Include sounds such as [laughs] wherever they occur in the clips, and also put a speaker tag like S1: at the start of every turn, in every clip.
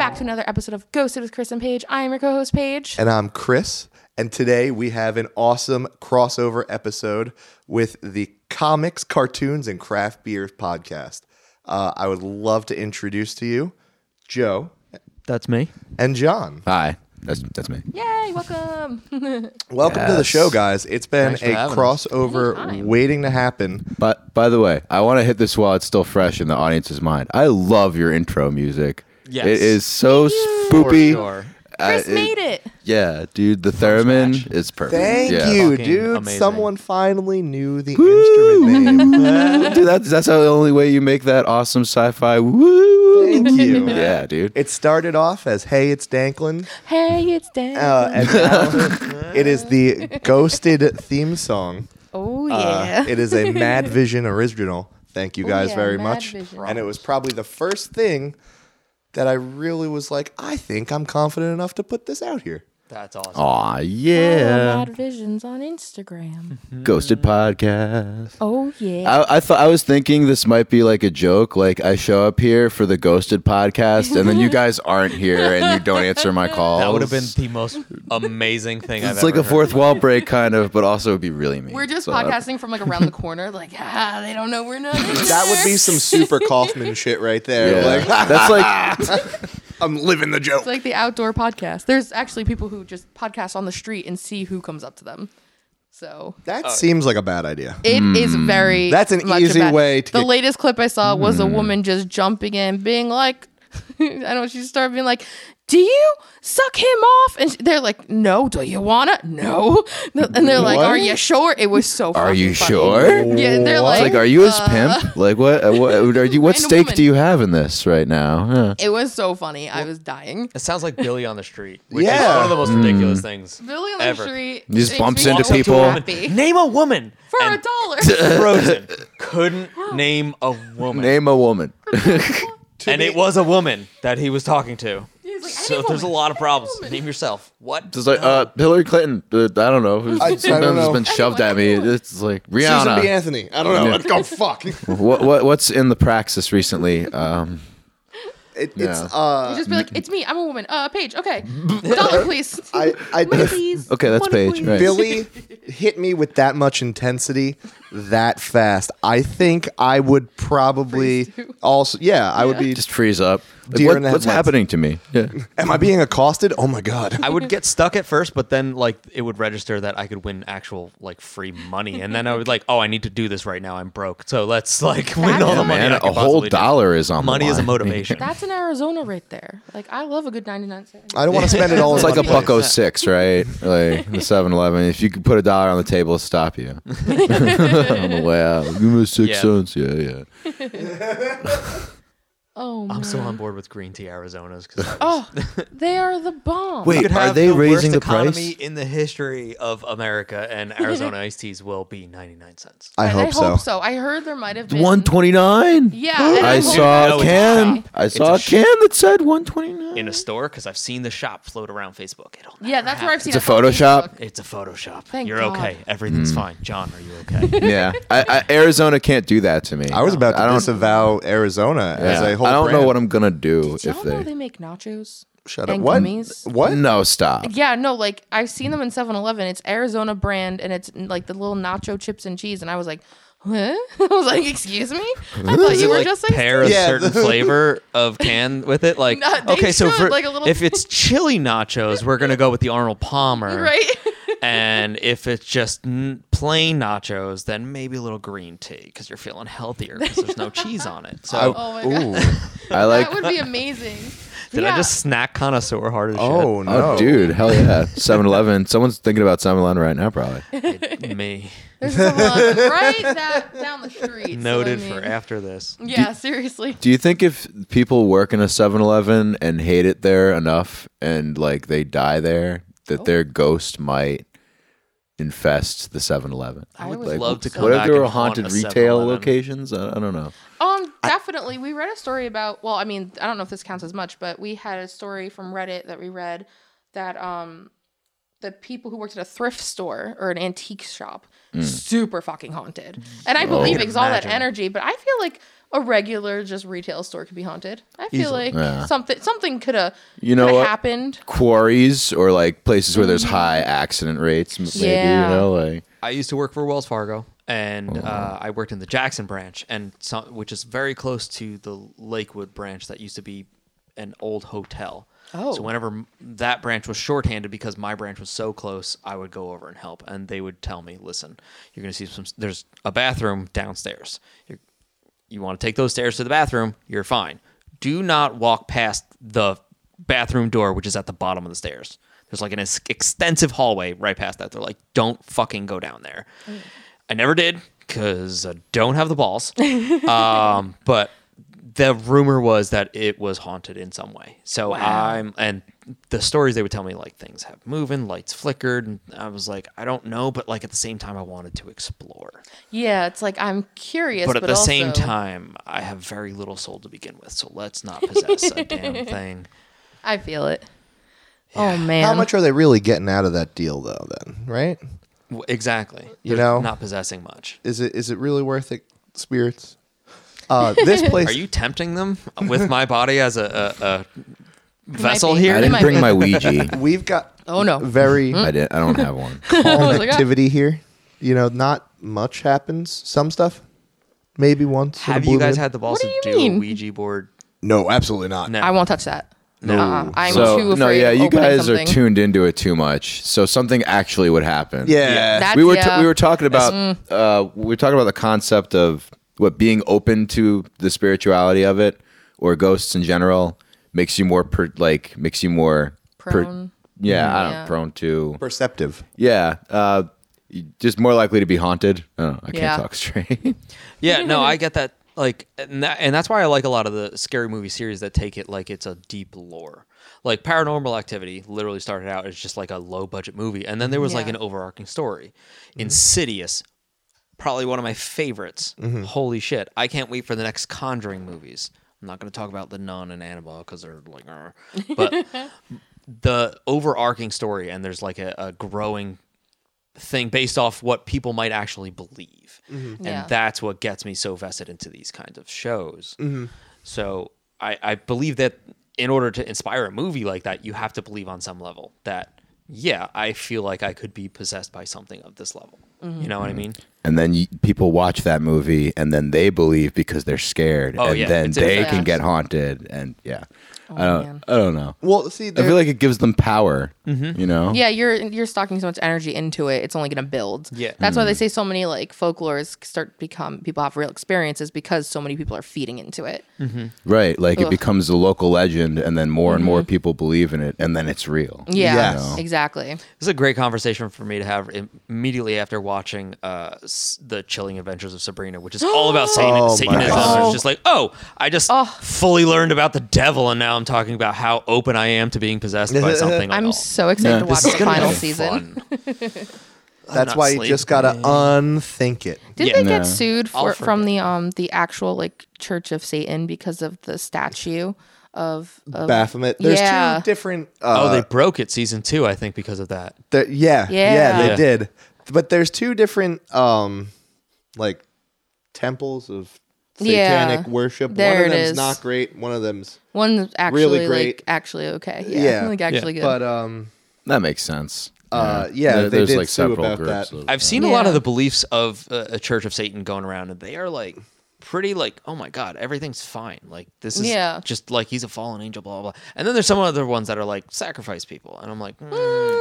S1: episode of Ghosted with Chris and Paige. I am your co host, Paige.
S2: And I'm Chris. And today we have an awesome crossover episode with the Comics, Cartoons, and Craft Beers podcast. Uh, I would love to introduce to you Joe
S3: That's me.
S2: and John.
S4: Hi. That's that's me.
S1: Yay, welcome. [laughs]
S2: Welcome to the
S4: Yes.
S2: show, guys. It's been
S4: Thanks for
S2: a
S4: having us.
S2: crossover
S1: Anytime.
S2: waiting to happen.
S4: But by the way, I want to hit this while it's still fresh in the audience's mind. I love your intro music.
S3: Yes.
S4: It is so spoopy. I-
S1: Chris made it.
S4: Yeah, dude, the theremin is perfect.
S2: Thank
S4: Yeah.
S2: you,
S3: Fucking
S2: dude.
S3: amazing.
S2: Someone finally knew the instrument name. [laughs]
S4: [laughs] dude, that's that's the only way you make that awesome sci-fi. Woo!
S2: Thank you.
S4: Yeah, dude.
S2: It started off as "Hey, it's Danklin,"
S1: Hey, it's Dan.
S2: uh, and [laughs] now it is the ghosted theme song.
S1: oh,
S2: Uh,
S1: yeah.
S2: it is a Mad Vision original. Thank you guys
S1: yeah,
S2: very
S1: Mad
S2: much.
S1: Vision.
S2: And it was probably the first thing that I really was like, I think I'm confident enough to put this out here.
S3: That's awesome.
S4: Aw,
S1: Follow
S4: yeah.
S1: Mad Visions on [laughs] Instagram.
S4: Ghosted podcast.
S1: Oh, yeah.
S4: I, I thought I was thinking this might be like a joke. Like I show up here for the Ghosted podcast, and then
S2: [laughs]
S4: you guys aren't here, and you don't answer my call.
S3: That would have been the most amazing thing I've
S4: It's like
S3: ever
S4: a fourth wall break, kind of, but also it'd be really mean.
S1: we're just
S4: So,
S1: podcasting from like around the corner. Like, [laughs] ah, they don't know we're not.
S2: That would be some super Kaufman shit right there.
S4: Yeah.
S2: Like, [laughs]
S4: that's like
S2: I'm living the joke.
S1: It's [laughs] like the outdoor podcast. There's actually people who just podcast on the street and see who comes up to them. So
S2: that seems like a bad idea.
S1: it is
S4: Hmm.
S1: very.
S2: That's an
S1: much
S2: easy
S1: about-
S2: way to
S1: The
S2: get-
S1: latest clip I saw was
S4: Hmm.
S1: a woman just jumping in, being like, [laughs] I don't know, she started being like, Do you suck him off? And sh they're like, No, do you wanna? No. [laughs] And they're like,
S2: What?
S1: Are you sure? It was so
S4: Are
S1: fucking
S4: you
S1: funny.
S4: sure?
S1: [laughs] Yeah, they're
S4: It's
S1: like,
S4: like, are you his pimp? Like, what? uh, What are
S1: [laughs]
S4: you? What
S1: And a
S4: stake
S1: woman.
S4: do you have in this right now? Huh.
S1: It was so funny. I was dying.
S3: It sounds like Billy on the street, which
S2: Yeah.
S3: is one of the most ridiculous things.
S1: Billy on the
S3: ever.
S1: street.
S4: He just
S1: makes
S4: bumps
S1: me
S4: Mm. into
S1: so
S4: people. [laughs]
S1: happy.
S3: Name a woman.
S1: For a
S3: and
S1: dollar. [laughs]
S3: Frozen couldn't name a woman,
S4: Name a woman.
S3: and it was a woman that he was talking to.
S1: He's like,
S3: So
S1: "Any
S3: there's a
S1: woman,
S3: lot of
S1: any
S3: problems.
S1: woman."
S3: Name yourself. What?
S4: Just like uh, Hillary Clinton. Uh, I don't know.
S2: I
S4: Sometimes
S2: don't know.
S4: it's been shoved at me. It's like
S2: Susan B.
S4: Rihanna.
S2: Anthony. I don't know.
S4: Yeah.
S2: Let's go [laughs] fuck. it,
S4: What, what what's in the praxis recently? Um,
S2: It's
S4: Yeah.
S2: uh,
S1: just be like, it's me. I'm a woman. Uh, Paige.
S4: [laughs]
S1: Okay, dollar, please.
S2: I, I
S1: Money, [laughs] please.
S4: okay, that's
S1: Money,
S4: Paige,
S1: please.
S4: right.
S2: Billy hit me with that much intensity that fast. I think I would probably
S1: Freeze too.
S2: also, yeah, I would be.
S4: just freeze up. Like,
S2: Deer
S4: what-
S2: in the
S4: what's
S2: headlights.
S4: happening to me? Yeah.
S2: Am I being accosted? Oh my god!
S3: I would get stuck at first, but then like it would register that I could win actual like free money, and then I would like, oh, I need to do this right now. I'm broke, so let's like [laughs] win all
S1: Yeah,
S3: the money.
S4: Man,
S3: I
S4: a
S3: could
S4: whole
S3: possibly do.
S4: dollar is on
S3: Money
S4: the
S3: is a
S4: line.
S1: [laughs]
S3: motivation.
S1: That's in Arizona right there. Like, I love a good 99 cent.
S2: I don't want to spend it all.
S4: [laughs] It's
S2: in
S4: like a
S2: one
S4: buck
S2: place.
S4: oh six, right? [laughs] Like the Seven Eleven. If you could put a dollar on the table, it'll stop you [laughs] on the way out. Give me six
S3: Yeah.
S4: cents. Yeah, yeah. Um,
S1: Oh, my.
S3: I'm still on board with green tea
S1: [laughs]
S3: Arizona's because
S1: oh, they are the bomb.
S4: Wait.
S3: could
S4: are
S3: have
S4: they
S3: the worst
S4: raising the
S3: economy
S4: price?
S3: in the history of America, and
S1: [laughs]
S3: Arizona iced teas will be 99 cents.
S2: I hope so.
S1: I heard there might have been
S4: One twenty nine.
S1: Yeah, and
S4: I
S1: I'm
S4: saw
S3: hoping-
S4: a can.
S1: No,
S4: I saw a
S3: sh-
S4: can that said one twenty nine.
S3: In a store, because I've seen the shop float around Facebook. It'll never
S1: Yeah, that's where I've seen.
S4: It's a
S1: it on
S4: Photoshop?
S1: Facebook.
S3: It's a Photoshop.
S1: Thank
S3: You're
S1: God.
S3: okay. Everything's fine. John, are
S1: [laughs]
S3: you okay?
S4: [laughs] Yeah, I, I, Arizona can't do that to me.
S2: I was about to
S4: I don't-
S2: disavow Arizona as a whole.
S4: I don't know
S2: brand.
S4: what I'm gonna do
S1: Did y'all
S4: if
S1: know
S4: they.
S1: they make nachos?
S2: Shut up.
S1: and
S2: What?
S1: gummies?
S2: What?
S4: No, stop.
S1: Yeah, no, like I've seen them in 7-Eleven. It's Arizona brand, and it's like the little nacho chips and cheese. And I was like, huh? [laughs] I was like, excuse me? I thought you were
S3: like
S1: just like
S3: pair a
S2: Yeah,
S3: certain
S2: the-
S3: flavor of can with it. Like
S1: No, they
S3: okay, so
S1: should,
S3: for-
S1: like a little-
S3: if it's chili nachos, we're gonna go with the Arnold
S1: [laughs] [laughs]
S3: Palmer,
S1: right.
S3: and if it's just n- plain nachos, then maybe a little green tea because you're feeling healthier because there's no cheese on it. So
S2: I-
S1: Oh my god,
S4: [laughs]
S2: Ooh.
S4: I like.
S1: that would be
S4: [laughs]
S1: amazing.
S3: did
S1: yeah.
S3: I just snack connoisseur hard as
S2: Oh [laughs] no,
S4: Oh, dude, hell yeah. 7 Eleven. Someone's thinking about 7 Eleven right now, probably.
S3: shit? It- [laughs] me
S1: There's someone right that, down the street. [laughs] so I
S3: noted for
S1: mean-
S3: after this.
S1: Yeah, seriously.
S4: Do you think if people work in a 7 Eleven and hate it there enough and like they die there,
S3: Oh.
S4: that their ghost might infest the 7 Eleven?
S1: I
S3: would
S1: was-
S3: love to come
S4: What if
S3: back
S4: there
S3: and
S4: were
S3: haunt
S4: haunted
S3: a
S4: retail
S3: 7-Eleven.
S4: locations? I, I don't know.
S1: Um, definitely. we read a story about. Well, I mean, I don't know if this counts as much, but we had a story from Reddit that we read that um, the people who worked at a thrift store or an antique shop super fucking haunted. And I believe it because all that
S3: Hmm. imagine.
S1: energy, but I feel like a regular just retail store could be haunted. I feel like something something could have
S4: You know what?
S1: happened.
S4: Quarries or like places where
S3: Mm.
S4: there's high accident rates, m- maybe
S1: Yeah.
S4: you know, like
S3: I used to work for Wells Fargo, and uh, I worked in the Jackson branch, and some, which is very close to the Lakewood branch that used to be an old hotel.
S1: Oh.
S3: So whenever m- that branch was shorthanded because my branch was so close, I would go over and help, and they would tell me, "Listen, you're going to see some. There's a bathroom downstairs. You're, you want to take those stairs to the bathroom, you're fine. Do not walk past the bathroom door, which is at the bottom of the stairs. There's like an ex- extensive hallway right past that. They're like, don't fucking go down there. I never did because I don't have the balls. um, but the rumor was that it was haunted in some way. So I'm, and the stories they would tell me, like things have moving, lights flickered. And I was like, I don't know. But like at the same time, I wanted to explore
S1: Yeah, it's like I'm curious,
S3: but
S1: but,
S3: at the same
S1: also,
S3: time, I have very little soul to begin with, so let's not possess
S1: [laughs]
S3: a damn thing.
S1: I feel it. Oh man.
S2: How much are they really getting out of that deal, though? Then, right?
S3: W- Exactly.
S2: You
S3: There's
S2: know?
S3: not possessing much.
S2: Is it is it really worth it, spirits?
S1: [laughs]
S2: Uh, this place.
S3: Are you tempting them with my body as a, a, a vessel
S1: be.
S4: I
S3: here?
S1: It
S4: didn't
S1: might [laughs]
S4: bring
S1: be.
S4: my Ouija.
S2: We've got
S1: Oh, no.
S2: very
S4: I didn't. I don't
S1: [laughs]
S4: have one.
S1: I was
S2: calm
S1: like, ah.
S2: activity here. You know, not much happens. Some stuff, maybe once. in a
S3: Have
S2: blue
S3: you guys
S2: moon.
S3: had the balls
S1: What do
S3: to
S1: you
S3: do a
S1: mean?
S3: Ouija board?
S2: No, absolutely not.
S3: No.
S1: I won't touch that. No, I'm too
S4: So
S1: afraid.
S4: no, yeah,
S1: of
S4: you
S1: opening
S4: guys are
S1: something.
S4: tuned into it too much. So something actually would happen.
S2: Yeah.
S1: That-
S4: we were
S1: yeah.
S4: we were talking about
S1: Mm.
S4: uh, we were talking about the concept of what being open to the spirituality of it or ghosts in general makes you more per, like makes you more per-
S1: Prone.
S4: yeah, I don't
S1: Yeah.
S4: prone to
S2: Perceptive.
S4: yeah, uh, y- just more likely to be haunted. I don't know. I can't
S1: Yeah.
S4: talk straight. [laughs]
S3: Yeah, no, I get that. Like, and, that, and that's why I like a lot of the scary movie series that take it like it's a deep lore. Like Paranormal Activity literally started out as just like a low budget movie, and then there was like
S1: Yeah.
S3: an overarching story. Insidious, probably one of my favorites. Holy shit! I can't wait for the next Conjuring movies. I'm not going to talk about the Nun and Annabelle because they're like, [laughs] "Arr." but the overarching story, and there's like a, a growing thing based off what people might actually believe. And
S1: Yeah.
S3: that's what gets me so vested into these kinds of shows. So I, I believe that in order to inspire a movie like that, you have to believe on some level that, yeah, I feel like I could be possessed by something of this level. You know what I mean?
S4: and then you, people watch that movie and then they believe because they're scared
S3: Oh,
S4: and
S3: yeah,
S4: then
S3: it's
S4: they
S3: infectious.
S4: can get haunted and yeah. I don't
S1: Oh, man.
S4: I don't know.
S2: Well, see,
S4: I
S2: there,
S4: feel like it gives them power,
S3: Mm-hmm.
S4: you know?
S1: Yeah, you're you're stocking so much energy into it. It's only going to build.
S3: Yeah.
S1: that's why they say so many like folklores start become people have real experiences because so many people are feeding into it.
S4: Mm-hmm. Right. Like
S1: Ugh.
S4: it becomes a local legend and then more and more people believe in it and then it's real.
S1: Yeah,
S2: Yes.
S1: exactly.
S3: This is a great conversation for me to have im- immediately after watching uh, s- the Chilling Adventures of Sabrina, which is
S2: [gasps]
S3: all about Satan.
S2: Oh my
S3: Satanism.
S2: God.
S3: It's just like, oh, I just fully learned about the devil, and now I'm talking about how open I am to being possessed
S2: [laughs]
S3: by something. Like, oh,
S1: I'm so excited to watch
S3: this is
S1: the
S3: gonna
S1: final
S3: be
S1: season.
S3: fun.
S2: that's
S3: not
S2: why you
S3: sleeping.
S2: just gotta unthink it.
S1: Did
S3: Yeah.
S1: they
S4: No.
S1: get sued for
S3: I'll
S1: from the um the actual like Church of Satan because of the statue of, of
S2: Baphomet. There's
S1: Um, yeah.
S2: two different.
S3: Oh,
S2: Uh,
S3: they broke it season two, I think, because of that.
S2: there- yeah, yeah,
S1: Yeah.
S2: they
S3: Yeah.
S2: did. But there's two different, um, like temples of
S1: Yeah.
S2: satanic worship.
S1: There
S2: one
S1: it
S2: of them's
S1: is.
S2: not great. One of them's
S1: One's actually like
S2: great.
S1: actually okay. Yeah,
S2: Yeah.
S1: like actually good.
S2: But um,
S4: That makes sense.
S2: Uh, yeah, they
S4: there's
S2: did
S4: like
S2: sue
S4: several
S2: about
S4: groups.
S2: that.
S4: Of,
S3: I've seen a lot
S1: Yeah.
S3: of the beliefs of uh, a Church of Satan going around, and they are like pretty like, oh my god, everything's fine. Like this is
S1: Yeah.
S3: just like he's a fallen angel, blah blah. blah. And then there's some other ones that are like sacrifice people, and I'm like, mm,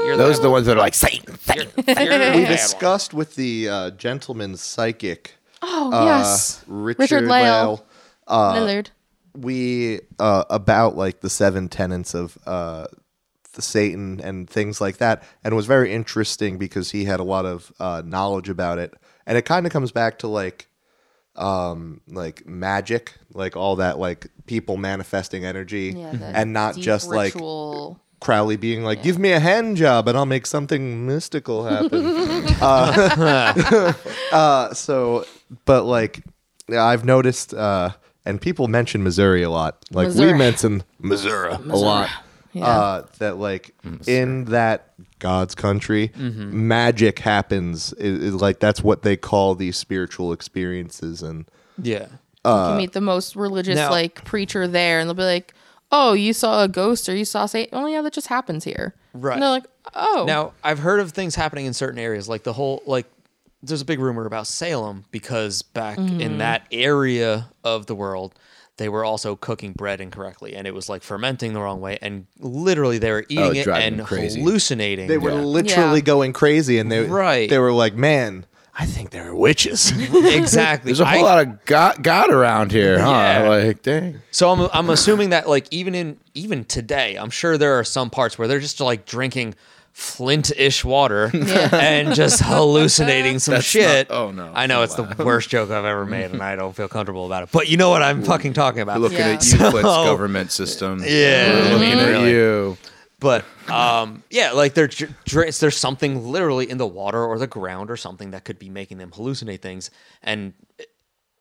S3: you're
S4: those are
S3: the,
S4: the ones that are like Satan.
S3: you're, you're
S1: [laughs]
S3: the
S2: we
S3: bad one.
S2: discussed with the uh, gentleman psychic,
S1: oh
S2: uh,
S1: yes,
S2: Richard,
S1: Richard Lyell.
S2: Lyell. Uh,
S1: Lillard.
S2: we uh, about like the seven tenets of uh, the Satan and things like that, and it was very interesting because he had a lot of uh, knowledge about it, and it kind of comes back to like um like magic like all that like people manifesting energy
S1: Yeah, the
S2: Mm-hmm. and not
S1: deep
S2: just like
S1: ritual.
S2: crowley being like give me a hand job and i'll make something
S1: [laughs]
S2: mystical happen Uh, [laughs] so, but like, yeah, I've noticed, uh, and people mention Missouri a lot. Like
S1: Missouri.
S2: we mention Missouri, a lot. Uh, that like in that God's country. Magic happens. It- it- like that's what they call these spiritual experiences. And
S3: Yeah.
S2: uh,
S1: you meet the most religious
S3: now-
S1: like preacher there, and they'll be like, "Oh, you saw a ghost, or you saw Satan." Oh yeah, that just happens here.
S3: Right.
S1: And they're like, "Oh,
S3: Now, I've heard of things happening in certain areas, like the whole like there's a big rumor about Salem because back in that area of the world, they were also cooking bread incorrectly and it was like fermenting the wrong way and literally they were eating it
S4: Oh, driving
S3: and
S4: them crazy.
S3: hallucinating.
S2: they were literally
S1: Yeah.
S2: going crazy. And they
S3: Right.
S2: they were like, man, I think they were witches. [laughs]
S3: exactly.
S4: There's a whole
S3: I-
S4: lot of God, God around here, huh?
S3: Yeah.
S4: Like, dang.
S3: So I'm I'm assuming that like even in even today, I'm sure there are some parts where they're just like drinking flint-ish water and just hallucinating some
S4: That's
S3: shit.
S4: not- oh, no.
S3: I know it's the worst joke I've ever made and I don't feel comfortable about it. But you know what I'm fucking talking about.
S4: Looking
S1: Yeah.
S4: at you, Flint's government system.
S3: Yeah.
S4: We're looking at
S3: Really.
S4: you.
S3: But um, yeah, like they're dr- dr- there's something literally in the water or the ground or something that could be making them hallucinate things and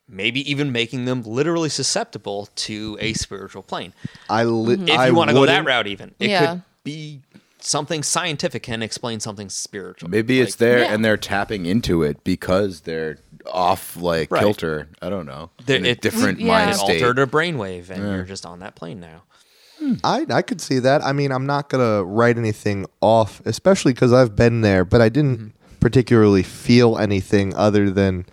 S3: maybe even making them literally susceptible to a spiritual plane.
S2: I li-
S3: if
S2: I
S3: you want to go that
S2: wouldn't-
S3: route even it
S1: Yeah.
S3: could be something scientific can explain something spiritual
S4: Maybe it's there
S1: Yeah.
S4: and they're tapping into it because they're off like
S3: Right.
S4: kilter. I don't know.
S3: They're-
S4: in a
S3: it-
S4: different
S1: Yeah.
S4: mind
S3: it
S1: It's
S4: state.
S3: altered a brainwave and you're just on that plane now
S2: I I could see that. I mean, I'm not gonna write anything off, especially because I've been there, but I didn't
S3: Mm-hmm.
S2: particularly feel anything other than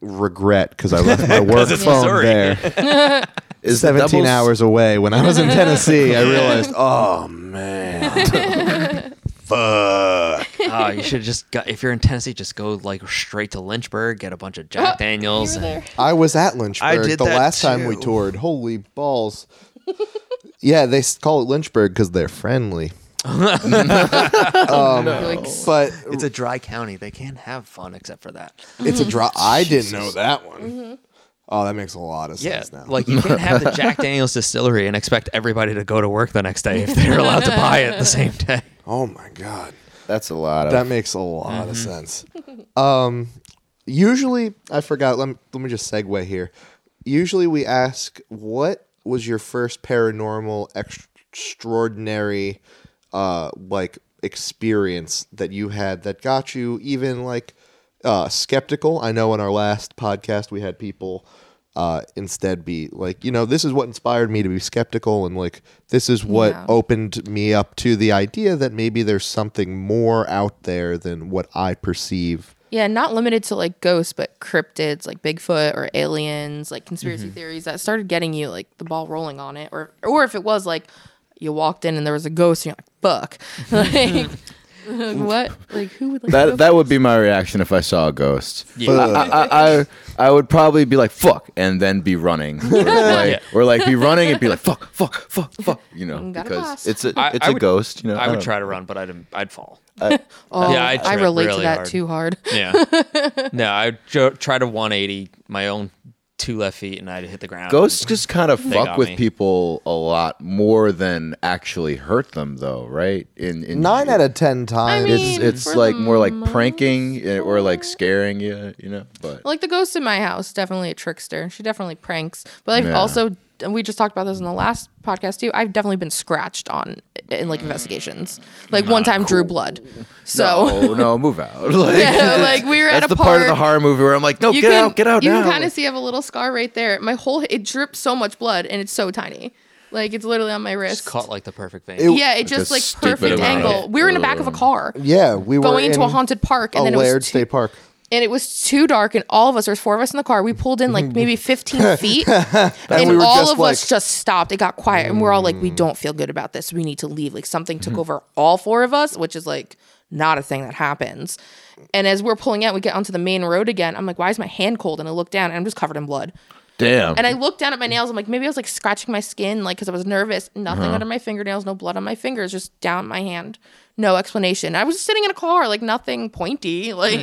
S2: regret because
S3: [laughs]
S2: I left my work
S3: it's
S2: phone
S3: Missouri.
S2: there.
S3: [laughs]
S4: Is the
S2: 17
S4: doubles-
S2: hours away. When I was [laughs] in Tennessee, I [laughs] realized, oh man, fuck.
S3: uh, you should just go, if you're in tennessee just go like straight to lynchburg get a bunch of jack
S1: [laughs]
S3: daniels
S1: You were
S3: and,
S1: there.
S2: I was at Lynchburg
S3: I did
S2: the
S3: that
S2: last time we
S3: too.
S2: toured. Holy balls. yeah, they s- call it Lynchburg because they're friendly. Oh,
S1: Yikes.
S2: But
S3: it's a dry county they can't have fun except for that
S2: it's a drop. I didn't know that one. Oh, that makes a lot of
S3: Mm-hmm. yeah
S2: sense now.
S3: like you can't have the jack daniels distillery and expect everybody to go to work the next day if they're allowed to buy it the same day
S2: Oh my god,
S4: That's a lot of.
S2: that makes a lot of
S3: Mm-hmm.
S2: sense. Um, usually, I forgot. Let me, let me just segue here. Usually, we ask what was your first paranormal ex- extraordinary, uh, like experience that you had that got you even like uh, skeptical. I know in our last podcast we had people uh, instead be like, you know, this is what inspired me to be skeptical, and like this is what
S1: Yeah.
S2: opened me up to the idea that maybe there's something more out there than what I perceive.
S1: Yeah, not limited to like ghosts, but cryptids like Bigfoot or aliens, like conspiracy
S2: Mm-hmm.
S1: theories that started getting you like the ball rolling on it, or or if it was like you walked in and there was a ghost, and you're like, "Fuck," [laughs] like
S3: [laughs]
S1: what? Like who would like go
S4: That that would be my reaction if I saw a ghost.
S3: Yeah.
S4: I, I, I I would probably be like fuck and then be running,
S1: [laughs]
S4: or like, or like be running and be like fuck fuck fuck fuck, you know,
S1: Gotta
S4: because
S1: blast.
S4: it's a
S3: I-
S4: it's
S3: I
S4: a
S3: would-
S4: ghost, you know. Uh,
S3: i would
S4: don't-
S3: try to run but i'd i'd fall
S1: Oh,
S3: [laughs] Yeah, I
S1: I
S3: trip
S1: relate
S3: really
S1: to that
S3: hard.
S1: too hard.
S3: [laughs] Yeah. no, I would jo- try to 180 my own two left feet and I'd hit the ground.
S4: Ghosts just kind of fuck
S3: got
S4: with
S3: me.
S4: people a lot more than actually hurt them, though, right? In, in
S2: Nine out of ten times,
S1: mean-
S4: it's it's
S1: for
S4: like
S1: the
S4: more like pranking eh, or like scaring you, you know. But
S1: Like the ghost in my house, definitely a trickster. She definitely pranks. But I've
S4: Yeah.
S1: also, and we just talked about this in the last podcast too. I've definitely been scratched on in like investigations. Like one time, drew blood. So. [laughs]
S4: Mm. [laughs] no, no, move out. Like,
S1: Yeah, like we were at
S4: that's
S1: a
S4: the part of the
S1: park.
S4: horror movie where I'm like, no,
S1: You
S4: get
S1: can,
S4: out, get out
S1: You
S4: now.
S1: can kind of see I have a little scar right there. My whole it drips so much blood, and it's so tiny. Like it's literally on my wrist.
S3: Just caught like the perfect vein. [laughs]
S1: yeah, it just
S4: a
S1: like
S4: stupid
S1: perfect
S4: amount.
S1: angle. We were in the back of a car.
S2: yeah, we were
S1: Going into a
S2: in
S1: haunted park, and
S2: a
S1: then it
S2: Laird
S1: was too,
S2: State Park.
S1: and it was too dark, and all of us there was four of us in the car. We pulled in like
S2: [laughs]
S1: maybe fifteen feet, and
S2: we were
S1: all
S2: just
S1: of
S2: like- Mm.
S1: us just stopped. It got quiet, and we're all like, "We don't feel good about this. We need to leave." Like something took
S2: Mm-hmm.
S1: over all four of us, which is like not a thing that happens. And as we're pulling out, we get onto the main road again. I'm like, "Why is my hand cold?" And I look down, and I'm just covered in blood.
S4: Damn.
S1: And I looked down at my nails. I'm like, maybe I was like scratching my skin, like because I was nervous. Nothing
S4: Uh-huh.
S1: under my fingernails, no blood on my fingers, just down my hand. No explanation. I was just sitting in a car, like nothing pointy, [laughs] like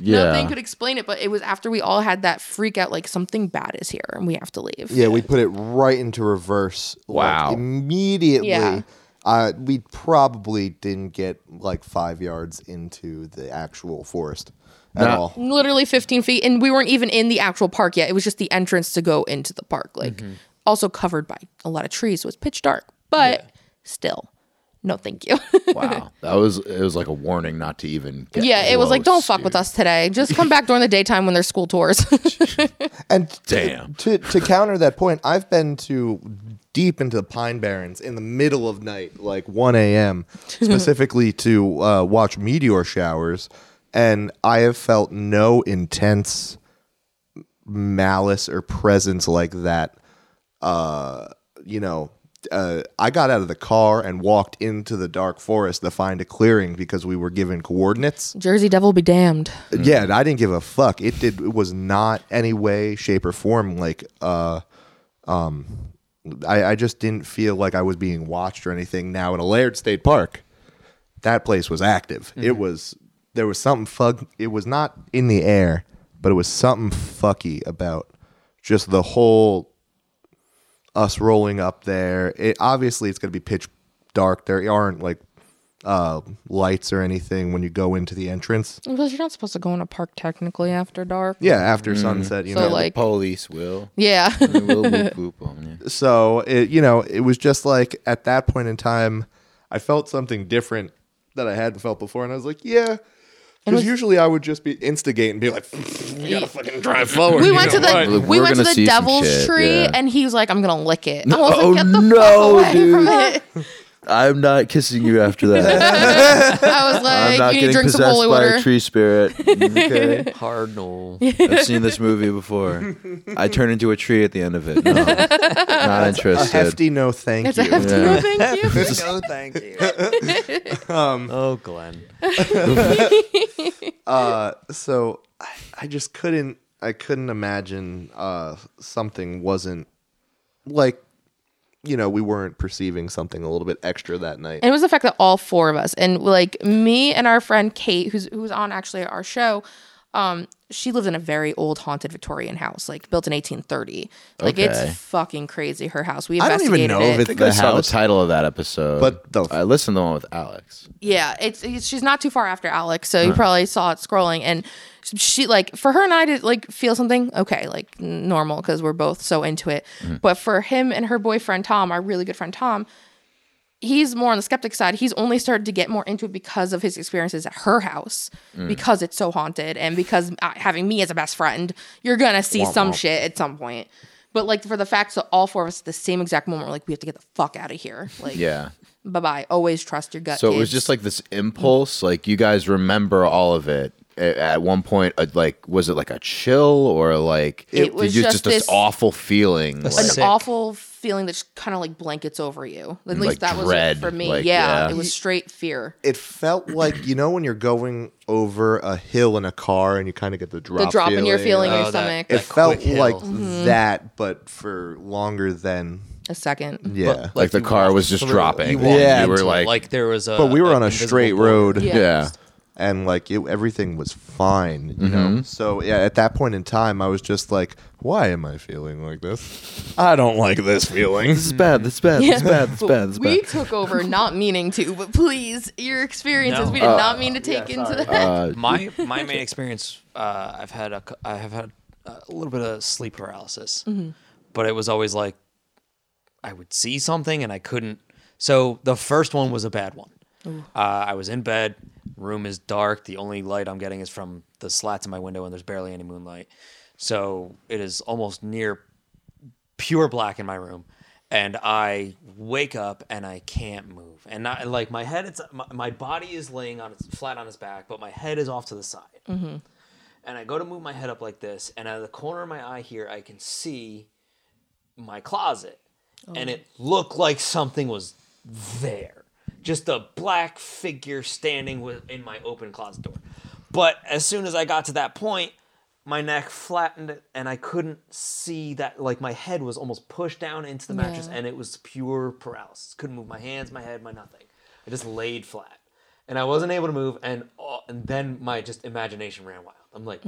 S4: yeah.
S1: nothing could explain it. But it was after we all had that freak out, like something bad is here and we have to leave.
S2: Yeah, we put it right into reverse. like,
S4: Wow.
S2: immediately.
S1: Yeah.
S2: Uh, we probably didn't get like five yards into the actual forest at
S4: Nah.
S2: all.
S1: literally 15 feet, and we weren't even in the actual park yet. It was just the entrance to go into
S4: Mm-hmm.
S1: the park, like also covered by a lot of trees, so it's pitch dark, but still no, thank you. [laughs]
S4: Wow, [laughs] that was it was like a warning not to even. Get
S1: yeah, it was like,
S4: close,
S1: don't fuck with
S4: dude.
S1: us today. Just come back during the daytime when there's school tours. [laughs]
S2: And t-
S4: Damn.
S2: To, to counter that point, I've been to deep into the Pine Barrens in the middle of night, like 1 a.m., specifically to uh, watch meteor showers. And I have felt no intense malice or presence like that. Uh, you know, uh, I got out of the car and walked into the dark forest to find a clearing because we were given coordinates.
S1: Jersey Devil be damned.
S2: Yeah, and I didn't give a fuck. It did. It was not any way, shape, or form like uh, um, I, I just didn't feel like I was being watched or anything. Now in a Laird State Park, that place was active. It was there was something fuck. It was not in the air, but it was something fucky about just the whole us rolling up there. It obviously it's gonna be pitch dark. There aren't like uh lights or anything when you go into the entrance.
S1: Because you're not supposed to go in a park technically after dark.
S2: Yeah, after
S4: Mm.
S2: sunset, you
S1: So,
S2: know.
S1: like,
S4: Police will.
S1: yeah. [laughs]
S4: will whoop, whoop on you.
S2: so it, you know, it was just like at that point in time, I felt something different that I hadn't felt before, and I was like, yeah. Because ually I would just be instigate and be like, we gotta fucking drive forward.
S1: we
S2: you
S1: went
S2: know
S1: to the
S4: [laughs] Look,
S1: we
S4: we're
S1: went to
S4: gonna
S1: the
S4: see some
S1: devil's
S4: shit,
S1: tree,
S4: yeah.
S1: and he was like, "I'm gonna lick it." I was
S4: Oh
S1: like, "Get the
S4: no,
S1: fuck away from it."
S4: dude.
S1: [laughs]
S4: I'm not kissing you after that.
S1: I was
S4: I'm
S1: like,
S4: not
S1: "You need to
S4: getting
S1: drink
S4: possessed
S1: some holy
S4: by
S1: water."
S4: a tree spirit. Okay,
S3: Hard no.
S4: I've seen this movie before. I turn into a tree at the end of it. No, not
S2: A
S4: interested.
S2: hefty no thank
S1: It's a
S2: you.
S1: hefty
S4: Yeah.
S1: no, [laughs] thank
S4: [laughs]
S1: you. [laughs]
S3: no, thank you. oh, Glenn.
S2: Uh, so I, I just couldn't. I couldn't imagine uh, something wasn't like, you know, we weren't perceiving something a little bit extra that night.
S1: And it was the fact that all four of us and like me and our friend Kate, who's who was on actually our show, um, she lived in a very old haunted Victorian house, like built in 1830. Like
S4: Okay.
S1: it's fucking crazy. Her house. We
S2: I don't even
S1: investigated
S2: know if
S1: it.
S2: it's
S4: I think
S2: the
S4: I saw the
S2: house.
S4: title of that episode,
S2: But the-
S4: I listened to the one with Alex.
S1: Yeah, it's, it's she's not too far after Alex, so you probably saw it scrolling. And she like for her and I to like feel something okay, like n- normal because we're both so into it.
S4: Mm-hmm.
S1: But for him and her boyfriend Tom, our really good friend Tom, he's more on the skeptic side. He's only started to get more into it because of his experiences at her house,
S4: Mm.
S1: because it's so haunted, and because uh, having me as a best friend, you're gonna see some shit at some point. But like for the fact that all four of us at the same exact moment, we're like, we have to get the fuck out of here. Like,
S4: Yeah.
S1: bye bye. Always trust your gut.
S4: So it was
S1: kids.
S4: just like this impulse. Like you guys remember all of it A- at one point. uh, Like was it like a chill or like
S1: It
S4: did
S1: was
S4: you-
S1: just
S4: this
S1: this-
S4: awful feeling? Like,
S1: an
S3: sick.
S1: awful feeling that just kind of like blankets over you. At least
S4: Like
S1: that was it
S4: dread,
S1: for me.
S4: like,
S1: yeah,
S4: yeah.
S1: it was straight fear.
S2: it felt like you know when you're going over a hill in a car and you kind of get the drop.
S1: The drop in your feeling in your
S3: Oh, that-
S1: stomach.
S2: It
S3: that-
S2: felt
S3: quick hill.
S2: like
S1: Mm-hmm.
S2: that, but for longer than
S1: a second.
S2: yeah.
S3: But,
S4: like the
S3: you
S4: car
S3: walked
S4: was just
S3: through-
S4: dropping.
S3: You walked
S4: Yeah,
S3: into
S4: we were
S3: it,
S4: like-
S3: there was a.
S2: but we were
S3: an
S2: on a
S3: invisible
S2: straight
S3: border.
S2: road,
S1: Yeah.
S4: yeah.
S2: and like it, everything was fine, you know. So yeah, at that point in time, I was just like, "Why am I feeling like this? I don't like this feeling."
S4: This is bad. This is bad. This is bad.
S1: [laughs]
S4: This is bad. This is
S1: We
S4: bad.
S1: took over, not meaning to, but please, your experiences.
S3: No.
S1: We did not mean to take into that.
S4: Uh,
S3: My my main experience, uh, I've had a, cou- I have had a little bit of sleep paralysis, but it was always like I would see something and I couldn't. So the first one was a bad one. Uh, I was in bed, room is dark. The only light I'm getting is from the slats in my window, and there's barely any moonlight. So it is almost near pure black in my room and i wake up and i can't move and I, like my head it's my, my body is laying on its flat on its back but my head is off to the side and i go to move my head up like this and out of the corner of my eye here i can see my closet and it looked like something was there just a black figure standing with, in my open closet door but as soon as i got to that point my neck flattened and i couldn't see that like my head was almost pushed down into the mattress
S1: Yeah.
S3: and it was pure paralysis couldn't move my hands my head my nothing i just laid flat and i wasn't able to move and, all and then my just imagination ran wild i'm like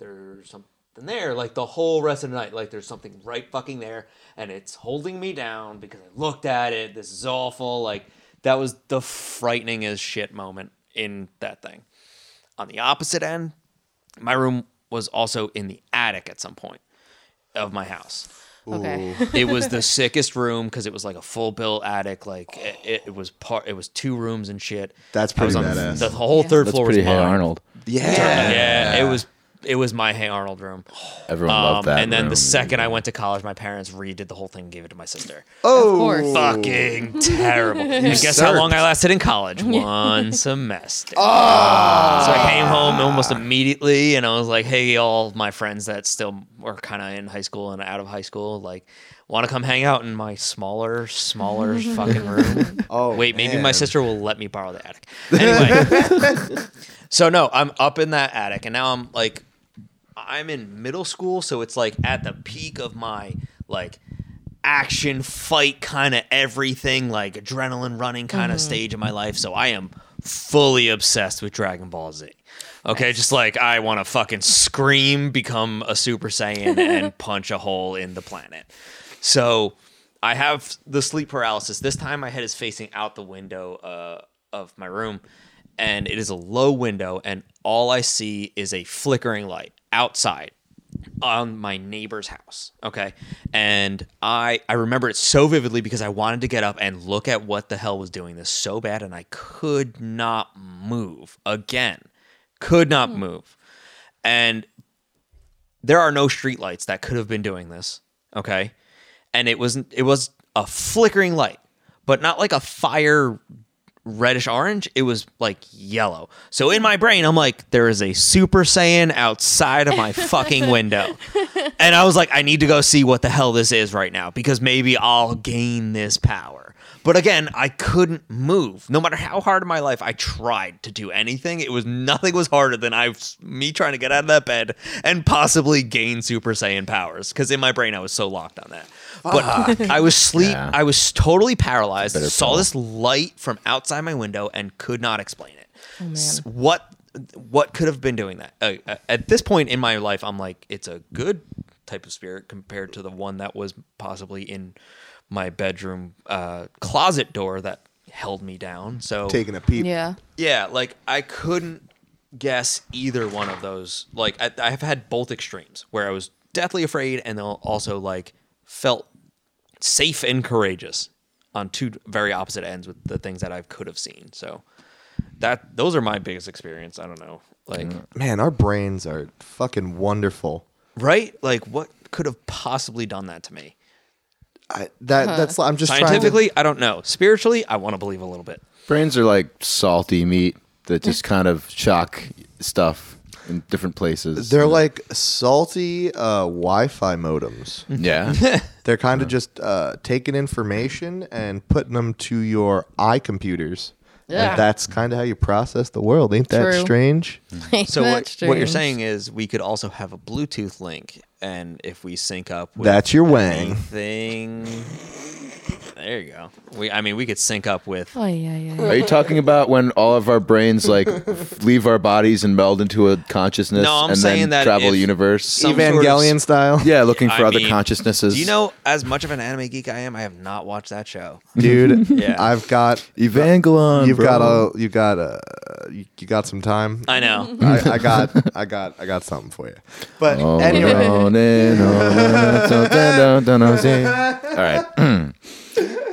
S3: there's something there like the whole rest of the night like there's something right fucking there and it's holding me down because i looked at it this is awful like that was the frightening as shit moment in that thing on the opposite end my room was also in the attic at some point of my house
S1: Okay.
S3: it was the sickest room because it was like a full built attic. Like it, it was part. It was two rooms and shit.
S2: That's
S3: I was
S2: pretty
S3: on
S2: badass.
S3: The whole third
S4: That's
S3: floor
S4: pretty
S3: was
S4: Hey
S3: mine.
S4: Arnold.
S2: Yeah.
S3: Yeah, it was. It was my Hey Arnold room.
S4: Everyone
S3: Um,
S4: loved that.
S3: and then
S4: room.
S3: the second I went to college, my parents redid the whole thing and gave it to my sister.
S1: Of course.
S3: Oh, Fucking [laughs] terrible. And guess how long I lasted in college? One semester. So I came home almost immediately and I was like, hey, all my friends that still are kind of in high school and out of high school, like, want to come hang out in my smaller, smaller fucking room.
S2: Oh,
S3: Wait, maybe my
S2: man.
S3: sister will let me borrow the attic. Anyway. so no, I'm up in that attic and now I'm like I'm in middle school, so it's like at the peak of my like action fight kind of everything, like adrenaline running kind of stage of my life. So I am fully obsessed with Dragon Ball Z. Okay, just like I want to fucking scream, become a Super Saiyan, and punch a hole in the planet. So I have the sleep paralysis. This time my head is facing out the window uh, of my room, and it is a low window, and all I see is a flickering light outside on my neighbor's house. Okay. And I I remember it so vividly because I wanted to get up and look at what the hell was doing this so bad and I could not move again. Could not move. And there are no streetlights that could have been doing this. Okay. And it wasn't it was a flickering light, but not like a fire reddish orange. It was like yellow. So in my brain, I'm like, there is a Super Saiyan outside of my fucking window. And I was like, I need to go see what the hell this is right now because maybe I'll gain this power. But again, I couldn't move. No matter how hard in my life I tried to do anything, it was nothing was harder than I me trying to get out of that bed and possibly gain Super Saiyan powers. Because in my brain, I was so locked on that. But I was sleep.
S4: Yeah.
S3: I was totally paralyzed.
S4: Better
S3: Saw
S4: pillow.
S3: this light from outside my window and could not explain it. S- What what could have been doing that? Uh, uh, at this point in my life, I'm like, it's a good type of spirit compared to the one that was possibly in my bedroom uh, closet door that held me down. So
S2: Taking a peep.
S1: Yeah. [laughs]
S3: yeah, like I couldn't guess either one of those. Like I, I have had both extremes where I was deathly afraid and then also like felt safe and courageous on two very opposite ends with the things that I could have seen. So that those are my biggest experience. I don't know, like
S2: Man, our brains are fucking wonderful.
S3: right, like what could have possibly done that to me?
S2: I, that
S1: Uh-huh.
S2: that's I'm just trying to-
S3: Scientifically, I don't know. Spiritually, I want to believe a little bit.
S4: brains are like salty meat
S1: [laughs]
S4: that just kind of shock stuff in different places.
S2: They're like salty uh, Wi-Fi modems.
S3: [laughs]
S4: yeah.
S2: They're kind of just uh, taking information and putting them to your eye computers.
S1: Yeah.
S2: And that's kind of how you process the world. Ain't that
S1: True.
S2: strange?
S4: Mm-hmm.
S3: So what,
S1: That's
S3: what you're
S1: strange.
S3: saying is we could also have a Bluetooth link, and if we sync up with
S2: That's your wang.
S3: anything, there you go. We, I mean, we could sync up with.
S1: Oh yeah, yeah. yeah.
S4: Are you talking about when all of our brains like f- leave our bodies and meld into a consciousness
S3: No, I'm
S4: and
S3: saying
S4: then
S3: that
S4: travel
S3: if
S4: the universe?
S3: some- sort
S2: Evangelion
S3: of-
S2: style.
S4: yeah, looking for
S3: I
S4: other
S3: mean,
S4: consciousnesses.
S3: Do you know as much of an anime geek I am? I have not watched that show.
S4: [laughs]
S2: Dude,
S3: Yeah.
S2: I've got
S4: Evangelion?
S2: you've
S4: bro.
S2: got a you got a you you got some time.
S3: I [laughs] know.
S4: [laughs]
S2: I, I got I got I got something for you. But [laughs]
S4: Oh,
S2: anyway,
S4: no, no, no, no, no, no, no, no. All right. [laughs]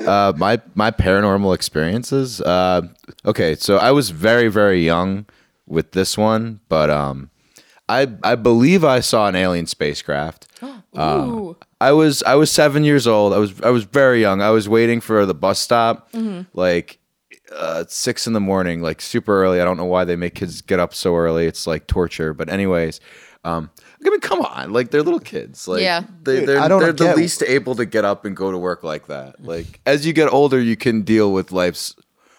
S4: Uh, my my paranormal experiences. Uh, okay, so I was very very young with this one, but um, I I believe I saw an
S3: [gasps]
S4: alien spacecraft. [gasps]
S1: Ooh.
S4: I was I was seven years old. I was I was very young. I was waiting for the bus stop, like uh, at six in the morning, like super early. I don't know why they make kids get up so early. It's like torture. But anyways, um, I mean, come on, like they're little kids. Like,
S1: Yeah.
S4: they,
S2: Dude,
S4: they're
S2: I don't
S4: they're the
S2: get-
S4: least able to get up and go to work like that. Like as you get older, you can deal with life's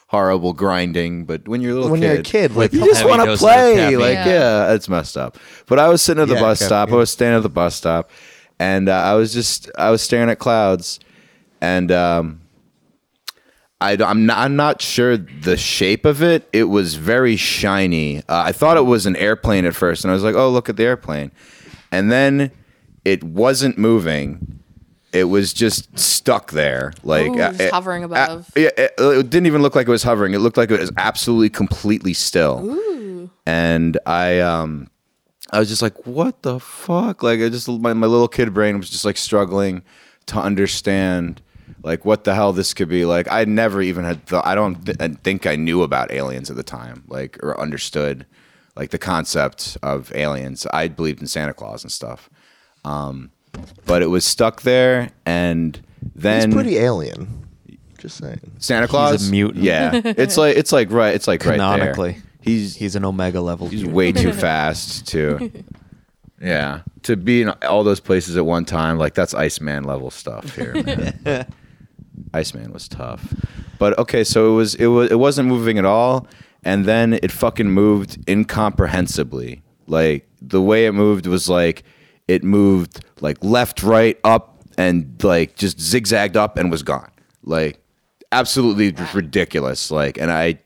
S4: horrible grinding. But when you're a little
S2: when
S4: kid,
S2: you're a kid, like
S4: you just
S3: Heavy
S4: want to
S3: doses of
S4: play.
S3: caffeine.
S4: Like,
S1: Yeah.
S4: yeah. it's messed up. But I was sitting at the
S2: Yeah,
S4: bus stop. I
S2: caffeine.
S4: was standing at the bus stop, and uh, I was just I was staring at clouds, and um, I, am not, I'm not sure the shape of it. It was very shiny. Uh, I thought it was an airplane at first, and I was like, "Oh, look at the airplane," and then it wasn't moving. It was just stuck there, like uh,
S1: Ooh, just
S4: it-
S1: hovering above.
S4: yeah, it, it didn't even look like it was hovering. It looked like it was absolutely completely still. And I um I was just like, what the fuck? Like, I just, my, my little kid brain was just like struggling to understand, like, what the hell this could be. Like, I never even had, th- I don't th- I think I knew about aliens at the time, like, or understood, like, the concept of aliens. I believed in Santa Claus and stuff. Um, but it was stuck there. And then.
S2: He's pretty alien. Just saying.
S4: Santa Claus?
S3: mutant.
S4: Yeah. It's like, it's like, right, it's like right there.
S3: Canonically.
S4: He's,
S3: He's an Omega level.
S4: He's
S3: dude.
S4: way too fast too. Yeah, to be in all those places at one time, like that's Iceman level stuff here. Man. Iceman was tough, but okay, so it was it was it wasn't moving at all, and then it fucking moved incomprehensibly. Like the way it moved was like it moved like left, right, up, and like just zigzagged up and was gone. Like absolutely just ridiculous. Like, and I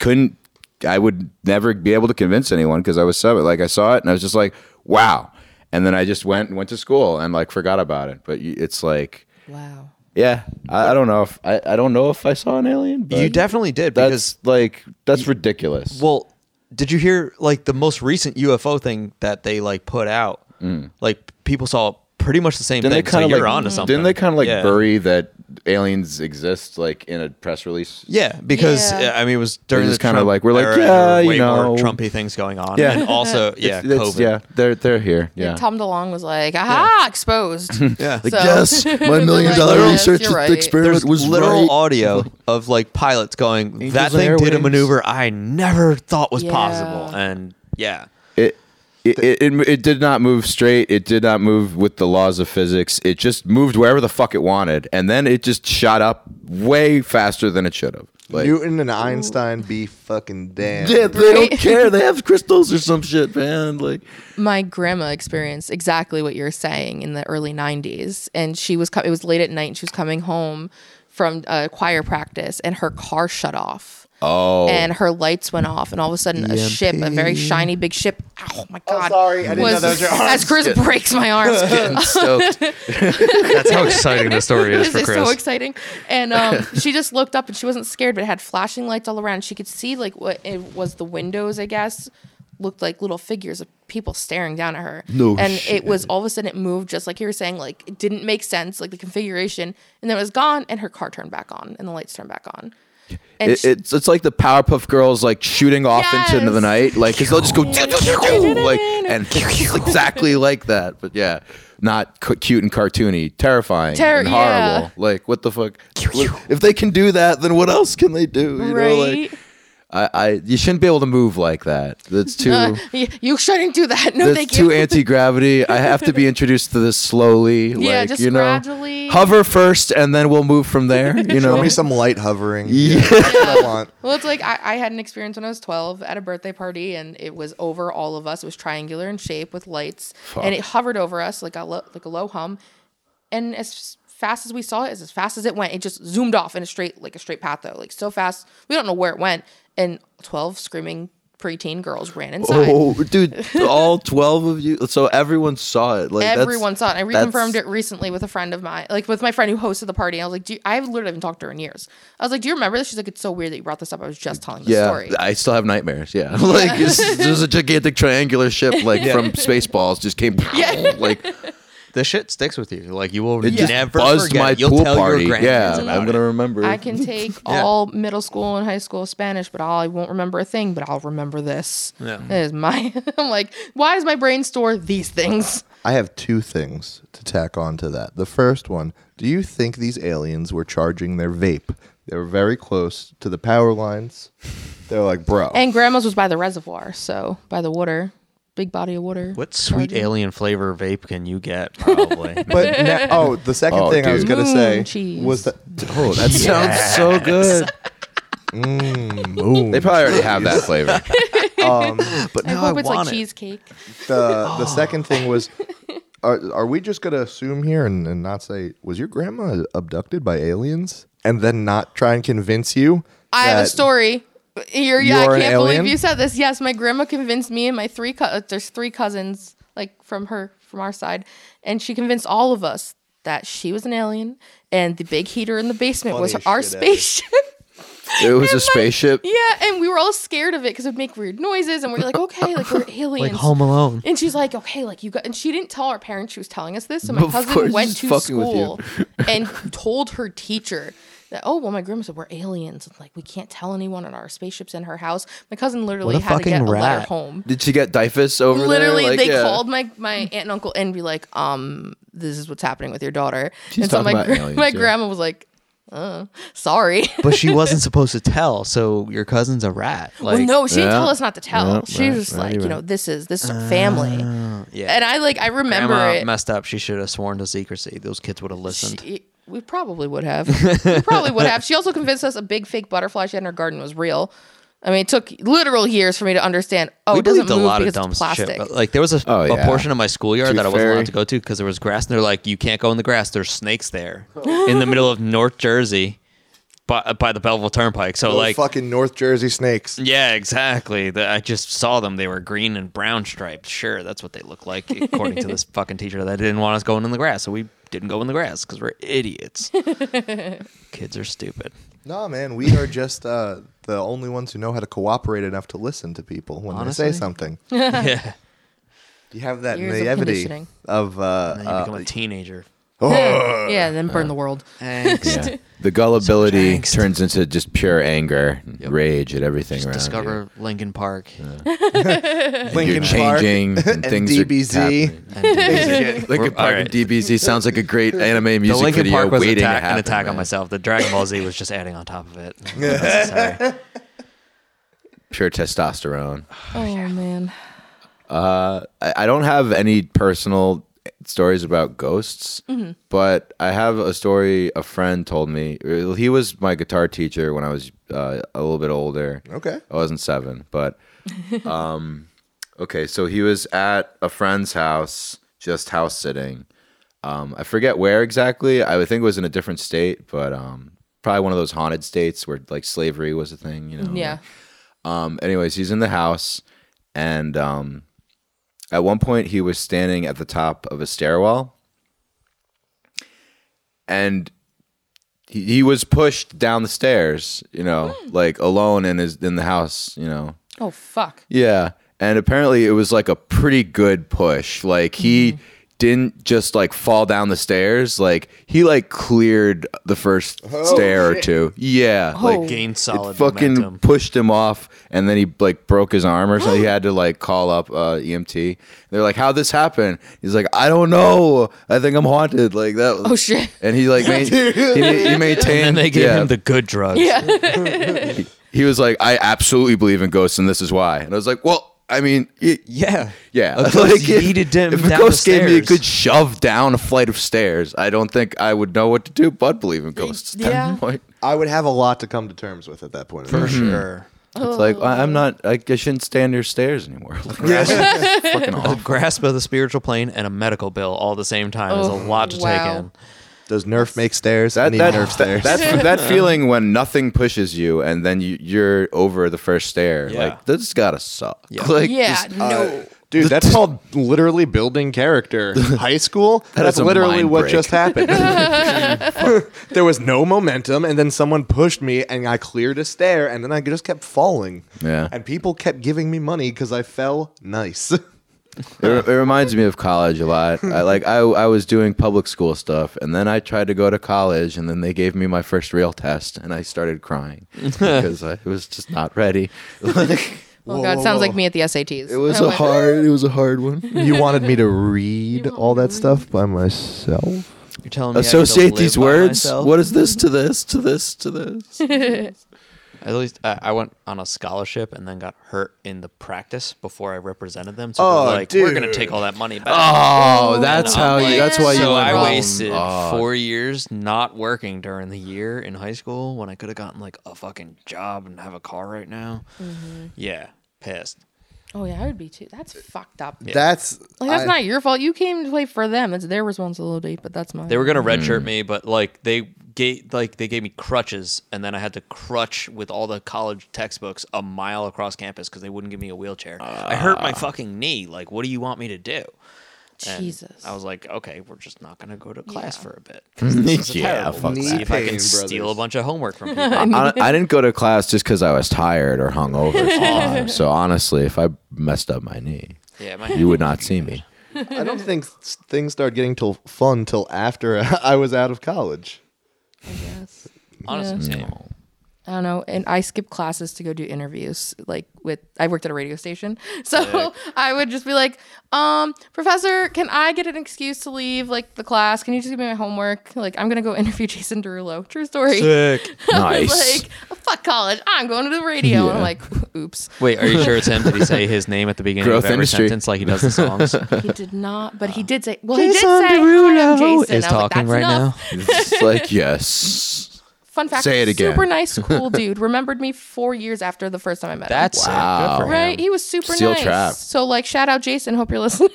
S4: couldn't I would never be able to convince anyone because I was seven. Like I saw it and I was just like, wow. And then I just went and went to school and like forgot about it. But you- it's like,
S1: Wow.
S4: yeah, I, I don't know if I, I don't know if I saw an alien. But
S3: You definitely did because
S4: that's like that's ridiculous.
S3: Well, did you hear like the most recent UFO thing that they like put out? Like people saw pretty much the same
S4: didn't
S3: thing.
S4: Mm. they kind of
S3: so
S4: like
S3: you're onto something.
S4: didn't they kind of like
S3: Yeah.
S4: bury that aliens exist like in a press release?
S3: Yeah, because
S1: Yeah.
S3: uh, I mean, it was during
S4: They're
S3: the
S4: just kinda
S3: Trump
S4: like, we're like,
S3: era,
S4: yeah,
S3: there were
S4: you
S3: way
S4: know.
S3: more Trumpy things going on.
S4: Yeah.
S3: and
S4: [laughs]
S3: also, yeah,
S4: It's- it's-
S3: COVID.
S4: yeah, they're they're here. Yeah,
S1: Tom DeLong was like, aha, exposed.
S3: Yeah.
S1: So- [laughs] They're like, yes, you're right.
S3: There's literal
S4: [laughs]
S3: audio of like pilots going, that
S4: on
S3: thing did a
S4: airwaves."
S3: maneuver I never thought was
S1: Yeah.
S3: possible, and yeah,
S4: it it, it, it it did not move straight. It did not move with the laws of physics. It just moved wherever the fuck it wanted, and then it just shot up way faster than it should have. Like,
S2: Newton and Einstein be fucking damned.
S4: yeah, they
S1: Right?
S4: don't care. They have crystals or some shit, man. Like,
S1: my grandma experienced exactly what you're saying in the early 90s and she was co- it was late at night and she was coming home from uh, choir practice and her car shut off
S4: oh,
S1: and her lights went off and all of a sudden a ship a very shiny big ship oh my god
S2: sorry, I didn't know those were your
S1: as chris breaks my
S2: [laughs]
S1: arm
S4: [laughs]
S3: that's how exciting
S1: [laughs]
S3: the story
S1: this
S3: is for
S1: is
S3: Chris.
S1: so exciting and
S3: [laughs]
S1: um, she just looked up and she wasn't scared but it had flashing lights all around she could see like what it was the windows i guess looked like little figures of people staring down at her
S4: No
S1: and it
S4: shit.
S1: was all of a sudden it moved just like you were saying like it didn't make sense like the configuration and then it was gone and her car turned back on and the lights turned back on and
S4: It,
S1: she-
S4: it's it's like the Powerpuff Girls like shooting off into the
S1: Yes.
S4: night, like because they'll just go like and [laughs] it's exactly like that. But yeah, not cu- cute and cartoony, terrifying
S1: Ter-
S4: and
S1: yeah.
S4: horrible. Like what the fuck? If they can do that, then what else can they do? You know,
S1: [laughs]
S4: like
S1: right
S4: I, I you shouldn't be able to move like that.
S1: [laughs]
S4: That's too.
S1: Y- you shouldn't do that no
S4: that's
S1: thank
S4: too
S1: you
S4: anti gravity. I have to be
S1: [laughs]
S4: introduced to this slowly.
S1: Yeah,
S4: like,
S1: just
S4: you know,
S1: gradually.
S4: Hover first, and then we'll move from
S1: [laughs]
S4: there. You know,
S2: Show me some light hovering.
S4: [laughs] Yeah.
S2: That's what I want.
S1: Well, it's like I, I had an experience when I was 12 at a birthday party, and it was over all of us. It was triangular in shape with lights, and it hovered over us like a lo- like a low hum. And as fast as we saw it, as, as fast as it went, it just zoomed off in a straight like a straight path though, like so fast. We don't know where it went, and 12 screaming preteen girls ran inside. [laughs]
S4: Oh, dude, all 12 of you. So everyone saw it. Like that's-
S1: Everyone saw it. I
S4: that's-
S1: reconfirmed it recently with a friend of mine, like with my friend who hosted the party. I was like, do you, I literally haven't talked to her in years. I was like, do you remember this? She's like, it's so weird that you brought this up. I was just telling the
S4: Yeah,
S1: story.
S4: I still have nightmares. Yeah, [laughs] like it's, there's a gigantic
S1: [laughs]
S4: triangular ship like from Spaceballs just came [laughs] like
S3: the shit sticks with you. Like you will
S4: it just
S3: never
S4: buzzed
S3: forget.
S4: my
S3: You'll
S4: pool
S3: tell
S4: party.
S3: Your grandkids
S4: Yeah,
S3: about
S4: I'm
S3: it.
S4: gonna remember.
S1: I can
S3: [laughs]
S1: take all middle school and high school Spanish, but all, I won't remember a thing, but I'll remember this.
S3: Yeah.
S1: That is my, [laughs] I'm like, why does my brain store these things?
S2: I have two things to tack on to that. The first one, do you think these aliens were charging their vape? They were very close to the power lines. They're like, bro.
S1: [laughs] And grandma's was by the reservoir, so by the water, big body of water.
S3: What sweet alien flavor vape can you get? Probably.
S1: [laughs]
S2: but na- oh, the second
S4: Oh,
S2: thing I was
S1: dude.
S2: gonna say
S1: Moon cheese.
S2: was that. Oh, that's
S4: sounds so [laughs] good. They probably already have
S1: [laughs]
S4: that flavor.
S3: but
S1: I
S3: now
S1: hope
S3: I
S1: it's like
S3: want it.
S1: cheesecake.
S2: the
S1: Oh.
S2: the second thing was are, are we just gonna assume here and, and not say was your grandma abducted by aliens and then not try and convince you
S1: I
S3: Uh,
S1: have a
S2: that-
S1: story. You're,
S2: You
S1: yeah, I
S2: are an
S1: can't
S2: alien?
S1: believe you said this. Yes, my grandma convinced me and my three co- uh, there's three cousins like from her from our side, and she convinced all of us that she was an alien and the big heater in the basement was
S2: Funniest
S1: our
S2: shit ever.
S1: spaceship.
S4: It was a spaceship.
S1: Yeah, and we were all scared of it because it would make weird noises, and we are like, okay, like
S4: [laughs]
S1: we're aliens.
S3: Alone.
S1: And she's like, okay, like you got, and she didn't tell our parents she was telling us this. So my
S4: Of course,
S1: cousin went
S4: she's
S1: to
S4: fucking with you. [laughs]
S1: school and told her teacher that, oh, well, my grandma said we're aliens. And like, we can't tell anyone on our spaceship's in her house. My cousin literally
S3: What a
S1: had to get
S3: fucking
S1: a letter
S3: rat.
S1: home.
S4: Did she get typhus over there?
S1: Literally,
S4: Like,
S1: they
S4: yeah.
S1: called my, my aunt and uncle and be like, um, this is what's happening with your daughter.
S4: She's
S1: and so
S4: talking
S1: my, [laughs]
S4: about
S1: gra-
S4: aliens,
S1: my
S4: yeah.
S1: grandma was like, uh, sorry. [laughs]
S3: But she wasn't supposed to tell, so your cousin's a rat. Like,
S1: well, no, she didn't
S4: Yeah.
S1: tell us not to tell.
S4: Yeah,
S1: she
S4: right,
S1: was just
S4: right,
S1: like,
S4: you're
S1: you know, this is this is our family.
S3: yeah.
S1: and I like I remember
S3: Grandma
S1: it.
S3: messed up. She should have sworn to secrecy. Those kids would have listened.
S1: She- we probably would have. we probably would have. She also convinced us a big fake butterfly she had in her garden was real. I mean, it took literal years for me to understand. Oh,
S3: we
S1: it doesn't
S3: believed a
S1: move
S3: lot of
S1: because
S3: dumb
S1: it's plastic.
S3: shit. but, Like there was a,
S4: Oh,
S3: a
S4: yeah.
S3: portion of my schoolyard
S4: Too
S3: that I wasn't
S4: fairy.
S3: allowed to go to because there was grass, and they're like, "You can't go in the grass. There's snakes
S1: [laughs]
S3: there." in the middle of North Jersey, by, uh, by the Belleville Turnpike. So
S4: Oh,
S2: Those
S3: like,
S2: fucking North Jersey snakes.
S3: yeah, exactly. The, I just saw them. They were green and brown striped. Sure, that's what they look like, according to
S1: [laughs]
S3: this fucking teacher that didn't want us going in the grass. So we didn't go in the grass because we're
S1: [laughs]
S3: idiots. Kids are stupid. [laughs]
S2: Nah, man, we are just uh, the only ones who know how to cooperate enough to listen to people when they say
S3: Honestly.
S2: something.
S1: [laughs]
S3: yeah,
S2: You have that
S1: Years of
S2: naivety
S1: conditioning.
S2: of, uh,
S3: and then you become a
S1: [laughs]
S3: teenager.
S1: [laughs] yeah, yeah, and then burn the world.
S3: Thanks.
S4: Yeah. The gullibility
S3: angst.
S4: turns into just pure anger, and rage at everything around you.
S3: Discover Lincoln Park.
S2: uh,
S4: And You're
S2: Linkin Park
S4: changing
S2: [laughs] and
S4: and, things are
S2: DBZ.
S4: happening.
S3: And-
S4: Lincoln
S3: All
S4: Park and
S3: right.
S4: DBZ sounds like a
S3: [laughs]
S4: great anime music
S3: the Lincoln
S4: video
S3: Park was
S4: waiting
S3: attack,
S4: to
S3: an
S4: happen.
S3: attack
S4: man.
S3: on myself. The Dragon Ball Z was just adding on top of
S4: [laughs]
S3: it. Unnecessary.
S4: Pure testosterone.
S1: Oh, man,
S4: I, I don't have any personal stories about ghosts,
S3: Mm-hmm.
S4: but I have a story a friend told me. He was my guitar teacher when I was uh, a little bit older.
S2: [laughs]
S1: [laughs]
S2: Okay.
S4: I wasn't seven, but um, okay. So he was at a friend's house, just house sitting. Um, I forget where exactly. I would think it was in a different state, but um, probably one of those haunted states where like slavery was a thing. You know.
S1: yeah.
S4: Um, anyways, he's in the house, and um, at one point he was standing at the top of a stairwell, and he, he was pushed down the stairs. You know, like alone in his in the house. You know,
S1: Oh fuck.
S4: yeah. And apparently it was like a pretty good push. Like he
S3: Mm-hmm.
S4: didn't just like fall down the stairs. Like he like cleared the first stair or two. Yeah. Like
S3: Gained Oh, solid
S4: it fucking
S3: momentum.
S4: pushed him off and then he like broke his arm or
S3: [gasps]
S4: something. he had to like call up uh, EMT. They're like, How'd this happen? He's like, I don't know. I think I'm haunted. Like that was
S1: Oh shit.
S4: and
S3: [laughs]
S4: he like main, he, he maintained
S3: And they gave
S4: yeah
S3: him the good drugs.
S1: Yeah.
S4: he was like, I absolutely believe in ghosts, and this is why. And I was like, well, I mean, y-
S3: Yeah.
S4: yeah. [laughs]
S3: A ghost
S4: if-
S3: yeeted him
S4: if
S3: down the
S4: a ghost gave me a
S3: stairs.
S4: good shove down a flight of stairs, I don't think I would know what to do but believe in ghosts at
S1: Yeah.
S4: that point.
S2: I would have a lot to come to terms with at that point.
S3: For
S4: Mm-hmm.
S3: sure.
S4: It's
S3: Oh.
S4: like, I, I'm not, I, I shouldn't stand near stairs anymore. [laughs] Like, fucking [laughs]
S3: A
S4: awful.
S3: grasp of the spiritual plane and a medical bill all at the same time is a
S1: Oh,
S3: lot to
S1: wow.
S3: take in.
S2: Does Nerf make stairs? I
S4: That,
S2: need
S4: that,
S2: Nerf
S4: that,
S2: stairs.
S4: that, [laughs] that feeling when nothing pushes you and then you, you're over the first stair,
S3: Yeah.
S4: like, that's gotta suck.
S3: Yeah.
S4: [laughs] Like,
S1: Yeah.
S4: just-
S1: No.
S2: Dude, [laughs] that's called literally building character. [laughs] High school? that's
S4: is a
S2: literally
S4: mind
S2: what
S4: break.
S2: just [laughs] happened. [laughs] there was no momentum, and then someone pushed me, and I cleared a stair, and then I just kept falling.
S4: Yeah.
S2: And people kept giving me money because I fell nice.
S4: It, it reminds me of college a
S2: [laughs]
S4: lot. I like I I was doing public school stuff, and then I tried to go to college, and then they gave me my first real test, and I started crying because I was just not ready. [laughs] Like,
S1: Oh
S2: Whoa,
S1: god,
S2: whoa,
S1: sounds
S2: whoa.
S1: like me at the SATs.
S4: it was a hard it was a hard one.
S2: [laughs] you wanted me to read [laughs] all that stuff by myself?
S3: You're telling me I get to
S4: Associate these
S3: live by
S4: words.
S3: myself?
S4: What is this to this to this to this?
S3: At least I, I went on a scholarship and then got hurt in the practice before I represented them. So
S2: Oh,
S3: they're like, we're gonna
S2: dude.
S3: take all that money back.
S4: Oh, that's
S1: man.
S4: how you. That's why you.
S3: so
S4: went
S3: I
S4: home.
S3: wasted
S4: Oh,
S3: four years not working during the year in high school when I could have gotten like a fucking job and have a car right now. Yeah, pissed.
S1: oh yeah, I would be too. That's fucked up.
S2: That's.
S1: Like that's
S2: I-
S1: not your fault. You came to play for them. That's their responsibility, but that's mine.
S3: They were gonna
S4: Mm.
S3: redshirt me, but like they gave like they gave me crutches, and then I had to crutch with all the college textbooks a mile
S4: Ah.
S3: across campus because they wouldn't give me a wheelchair. I hurt my fucking knee. Like, what do you want me to do? And
S1: Jesus.
S3: I was like, okay, we're just not going to go to class for a bit.
S4: [laughs] yeah,
S3: Terrible.
S4: fuck
S3: Let's
S4: that.
S3: See if I
S2: Knee pain,
S3: can steal
S2: brothers.
S3: a bunch of homework
S1: [laughs]
S3: from people.
S4: I, I didn't go to class just because I was tired or
S1: [laughs]
S4: hungover. sometimes. so honestly, if I messed up my knee,
S3: yeah, my
S4: you would not see me.
S2: I don't think s- things started getting till fun till after [laughs] I was out of college.
S1: I guess.
S3: honestly. same.
S1: I don't know. And I skipped classes to go do interviews. Like with, I worked at a radio station, [laughs] so I would just be like, um, "Professor, can I get an excuse to leave like the class? Can you just give me my homework? Like I'm gonna go [laughs] interview Jason Derulo. True story. [laughs] I was [laughs] [laughs]
S4: Nice.
S1: like, fuck college. I'm going to the radio. And I'm
S4: Yeah.
S1: like, [laughs] oops.
S3: Wait, are you sure it's him? Did he [laughs] say his name at the beginning
S4: Growth
S3: of every
S4: industry.
S3: sentence like he does the
S4: [laughs]
S3: songs?
S1: He did not, but he did say. Well, he
S4: Jason
S1: did say. Derulo
S4: Derulo
S1: Jason.
S3: is
S1: I was like,
S3: talking
S1: That's
S3: right
S1: enough.
S3: now.
S4: It's like yes.
S1: Fun fact.
S4: Say it again.
S1: Super nice, cool dude. Remembered me four years after the first time I met him.
S3: That's
S4: Wow.
S3: wow.
S1: Right, he was super
S4: Steel
S1: nice.
S4: trap.
S1: So like, shout out Jason. Hope you're
S4: [laughs]
S1: listening.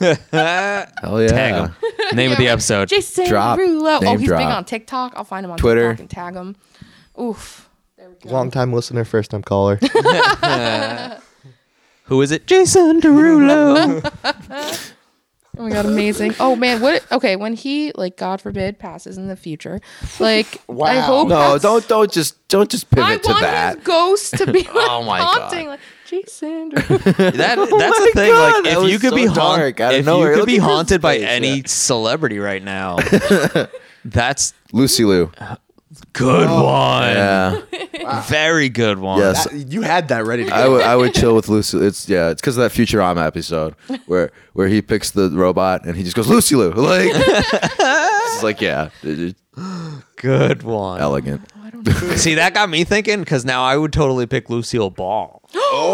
S4: Hell yeah.
S3: Tag him. Name of the episode.
S1: Jason
S4: Drop.
S1: Derulo. Oh,
S4: Name
S1: he's
S4: drop.
S1: big on TikTok. I'll find him on
S4: Twitter.
S1: TikTok and tag him. Oof. There we go.
S2: Long time listener, first time [laughs] caller.
S3: Who is it? Jason Derulo.
S1: Oh my god, amazing. Oh man, what? Okay, when he like, God forbid, passes in the future,
S4: [laughs]
S1: like, I hope.
S4: No,
S1: that's-
S4: don't don't just don't just pivot
S1: I
S4: to
S1: want
S4: that.
S1: his ghost to
S4: [laughs]
S1: be like
S3: Oh my God.
S1: haunting, like Jason. Derulo.
S3: [laughs] That that's the thing.
S4: Oh God, that
S3: like, if
S4: was
S3: you could
S4: so
S3: be haun-
S4: dark out of
S3: if
S4: nowhere.
S3: you could
S4: Look
S3: be
S4: at his
S3: haunted by
S4: face,
S3: any celebrity right
S4: [laughs]
S3: now, that's
S4: Lucy
S3: [laughs]
S4: Lou.
S3: good one.
S4: Oh, Yeah.
S3: Very good one.
S4: Yes.
S2: you had Oh, that ready to
S4: I
S2: go.
S4: would I
S2: [laughs]
S4: would chill with Lucy. It's yeah, it's because of that Futurama episode where where he picks the robot and he just goes Lucy
S1: [laughs]
S4: Lou [laughs] like it's like yeah, it- it's
S3: Good one.
S4: elegant. [laughs]
S3: See, that got me thinking because now I would totally pick Lucille Ball.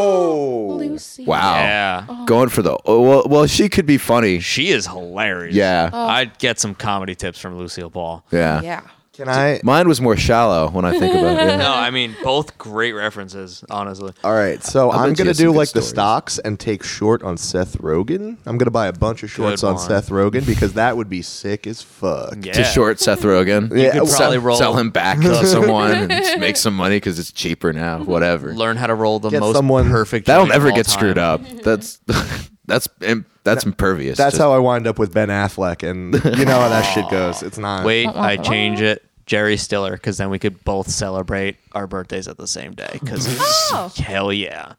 S2: Oh.
S1: Lucy.
S4: Wow,
S3: Yeah.
S4: going for the oh, well well she could be funny.
S3: She is hilarious.
S4: Yeah. Oh.
S3: I'd get some comedy tips from Lucille Ball.
S4: Yeah.
S1: Yeah.
S2: Can I?
S4: mine was more shallow when I think about
S3: [laughs]
S4: it.
S3: No, I mean, both great references, honestly.
S4: Uh,
S2: All right, so
S4: I
S2: I, am
S4: bet you
S2: gonna
S4: have some
S2: do
S4: good
S2: like the
S4: stories.
S2: stocks and take short on Seth Rogen. I'm gonna buy a bunch of shorts on
S3: one.
S2: Seth Rogen because that would be sick as fuck.
S3: Yeah.
S4: To short Seth Rogen,
S2: You could
S4: sell,
S3: probably roll-
S4: sell him
S3: [laughs]
S4: back to someone and just make some money because it's cheaper now. Whatever.
S3: Learn how to roll the
S2: Get
S3: most
S2: someone-
S3: perfect.
S4: That'll
S3: joint of
S4: never
S3: all
S4: get
S3: time.
S4: screwed up. That's [laughs] that's im- that's impervious.
S2: That's
S4: to-
S2: how I wind up with Ben Affleck, and you know how that shit goes. It's not.
S3: Wait, I change it. Jerry Stiller, because then we could both celebrate our birthdays at the same day. Because
S1: Oh.
S3: hell yeah!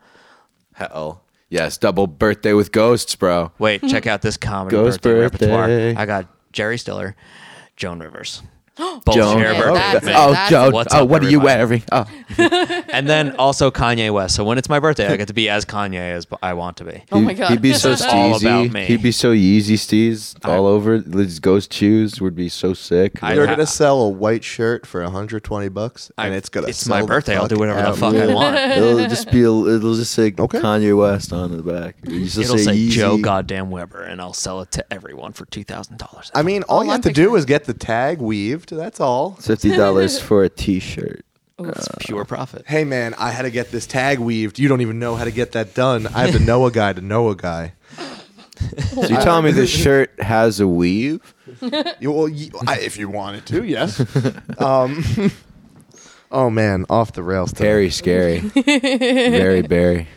S4: hell. Yes, double birthday with ghosts, bro.
S3: Wait, check out this comedy
S4: Ghost
S3: birthday,
S4: birthday.
S3: repertoire. I got Jerry Stiller, Joan Rivers, both
S4: Joan.
S3: share
S1: Yeah,
S3: birthday.
S1: that's-
S4: oh,
S1: it.
S3: dates.
S1: that's
S4: Joan.
S1: it.
S3: What's
S4: oh,
S3: up,
S4: what are you
S3: everybody?
S4: wearing? Oh,
S3: and then also Kanye West. So when it's my birthday, I get to be as Kanye as I want to be.
S1: Oh my god.
S4: He'd be
S3: [laughs]
S4: so
S3: It's all about
S4: steezy.
S3: me.
S4: He'd be so Yeezy steez all over. These ghost shoes would be so sick.
S3: I-
S2: They're gonna sell a white shirt for 120 bucks, and
S3: I-
S2: it's gonna.
S3: It's
S2: sell
S3: my
S2: the
S3: birthday. I'll
S2: fuck
S3: do whatever the
S2: out.
S3: fuck I want.
S4: it'll just be. It'll just say
S2: Okay.
S4: Kanye West on the back. You just
S3: It'll say
S4: Yeezy.
S3: Joe Goddamn Weber, and I'll sell it to everyone for two thousand dollars.
S2: I mean, all you
S1: I'm
S2: have to do is get the tag weaved. That's all.
S4: Fifty [laughs] dollars for a T-shirt.
S3: It's
S4: uh,
S3: pure profit.
S2: Hey man, I had to get this tag weaved. You don't even know how to get that done. I
S3: [laughs]
S2: have to know a guy to know a guy.
S4: So you telling me this shirt has a weave?
S2: You, well, you, I, if you wanted to, yes. [laughs] Um, [laughs] oh man, off the rails. today.
S4: Very scary. Very berry.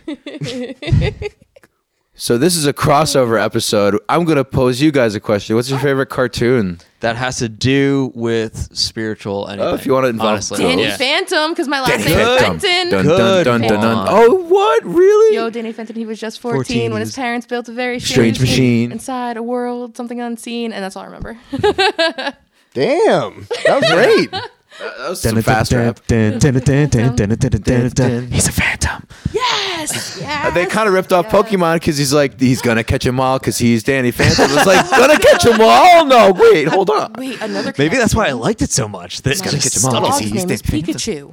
S4: So this is a crossover episode. I'm gonna pose you guys a question. What's your favorite cartoon?
S3: That has to do with spiritual. Anything,
S4: Oh, if you wanna involve
S3: honestly,
S4: those.
S1: Danny
S3: Yeah.
S1: Phantom, because my last name is
S4: Dun,
S1: Fenton.
S4: dun, dun,
S3: Good
S4: dun, dun, dun.
S3: one.
S4: Oh, what really?
S1: Yo, Danny Fenton, he was just 14,
S3: 14
S1: when
S3: is-
S1: his parents built a very
S4: Strange
S1: strange
S4: machine.
S1: inside a world, something unseen, and that's all I remember.
S2: Damn, that was great.
S4: [laughs] that was some fast rap.
S3: He's a phantom.
S1: yes! Yes!
S4: [laughs] They kind of ripped off Pokemon because he's like he's gonna catch them all because he's Danny Phantom. It's like gonna catch them all. Oh, No, wait, hold on.
S1: Wait, another
S3: Maybe that's why I liked it so much. That
S1: gotta
S4: get
S3: just
S4: your mom.
S1: My
S3: subtle
S1: dog's
S4: He's
S1: name is
S4: Danny Phantom.
S1: Pikachu.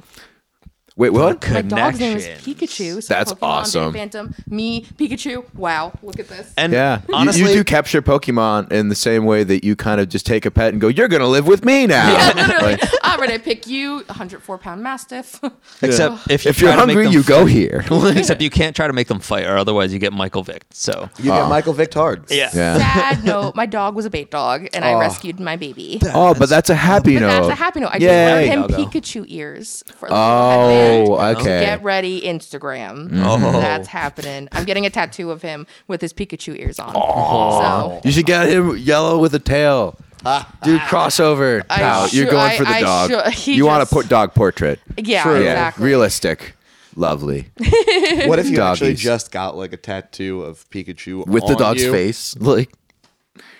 S4: Wait, what?
S1: My dog's name is
S3: connections.
S1: Pikachu. So
S4: That's
S1: Pokemon,
S4: awesome.
S1: Danny Phantom, me, Pikachu. Wow, look at this. [laughs]
S3: And
S4: Yeah, You-
S3: honestly,
S4: you, do capture Pokemon in the same way that you kind of just take a pet and go, "You're gonna live with me now." [laughs]
S1: Literally,
S4: Like,
S1: I'm ready to pick you, 104 pound mastiff.
S3: except if, you
S4: if you're
S3: try to make
S4: hungry,
S3: them
S4: you
S3: f-
S4: go
S3: [laughs]
S4: here.
S3: Except you can't try to make them fight, or otherwise you get Michael Vick. So
S2: You get Michael Vick hard.
S1: [laughs]
S4: yeah.
S1: Sad note, my dog was a bait dog, and I rescued my baby.
S4: Oh, but that's a happy
S1: But
S4: note.
S1: that's a happy note. I just
S4: Yay.
S1: wrote him
S3: Doggo.
S1: Pikachu ears for the
S4: Oh, Oh, okay. Mm-hmm. Oh.
S1: Get ready, Instagram. That's happening. I'm getting a tattoo of him with his Pikachu ears on. So
S4: You should get him yellow with
S1: [laughs]
S4: a tail. Dude, crossover.
S1: I
S4: Pow,
S1: shou-
S4: You're going for the
S1: I- I
S4: dog.
S1: shou- [laughs] he
S4: you want a
S1: just-
S4: put dog portrait.
S1: yeah,
S2: True.
S4: Yeah,
S1: exactly.
S4: realistic, lovely,
S2: [laughs] What if you actually
S4: Doggies.
S2: just got like a tattoo of Pikachu
S4: with the
S2: on
S4: dog's
S2: you?
S4: face. [laughs] Like,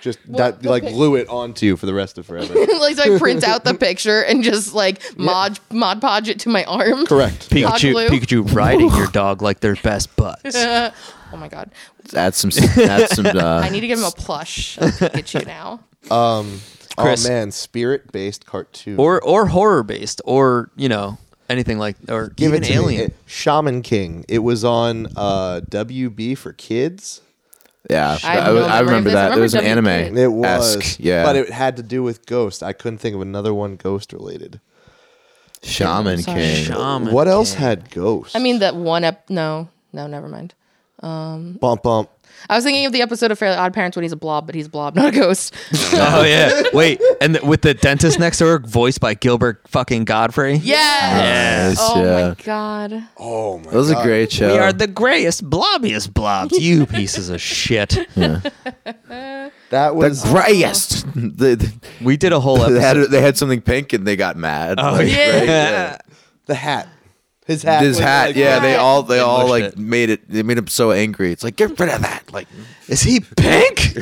S2: Just that, like glue it onto you for the rest of forever.
S1: like so [laughs] I print out the picture and just like mod mod podge it to my arm.
S2: [laughs] Correct.
S1: Dog
S3: Pikachu,
S1: glue.
S3: Pikachu riding your dog like their best
S1: [laughs]
S3: butts.
S1: [laughs] Oh my god.
S4: add some. Add
S1: [laughs]
S4: some. Uh,
S1: I need to give him a plush of
S4: [laughs]
S1: Pikachu now.
S3: Chris.
S2: Oh man, spirit based cartoon.
S3: or or horror based, or you know anything like or
S2: Give
S3: even
S2: it to me. [laughs]
S3: Alien.
S2: It- Shaman King. It was on uh, WB for kids.
S4: yeah,
S1: I
S4: I,
S1: have no
S4: I
S1: memory of
S4: remember
S1: this. I
S4: that. It
S1: remember
S4: was an
S1: W
S4: anime.
S1: Kids.
S2: It was,
S4: esque, Yeah,
S2: but it had to do with ghosts. I couldn't think of another one ghost related.
S4: Shaman
S1: Sorry.
S4: King.
S3: Shaman
S2: What else
S3: King.
S2: had ghosts?
S1: I mean that one up no, no, never mind.
S2: bump bump.
S1: I was thinking of the episode of Fairly Odd Parents when he's a blob, but he's a blob, not a
S4: [laughs]
S1: ghost.
S3: Oh yeah, wait, and the, with the dentist next door, voiced by Gilbert fucking Godfrey.
S1: yes.
S4: Yes,
S1: Oh
S4: yeah.
S1: my god.
S2: Oh my
S4: That was a great show.
S3: We are the grayest, blobbiest blobs. You pieces of shit.
S2: [laughs] That
S4: the
S2: was
S4: grayest. [laughs] The- the-
S3: We did a whole
S4: they, had,
S3: episode.
S4: they had something pink and they got mad. Like,
S1: [laughs]
S2: yeah. the hat. His hat.
S4: His
S2: was,
S4: hat,
S2: like,
S4: yeah, they all they all
S3: mushed
S4: like
S3: it.
S4: made it. They made him so angry. It's like get rid of that. Like
S3: Is he
S2: [laughs]
S3: pink?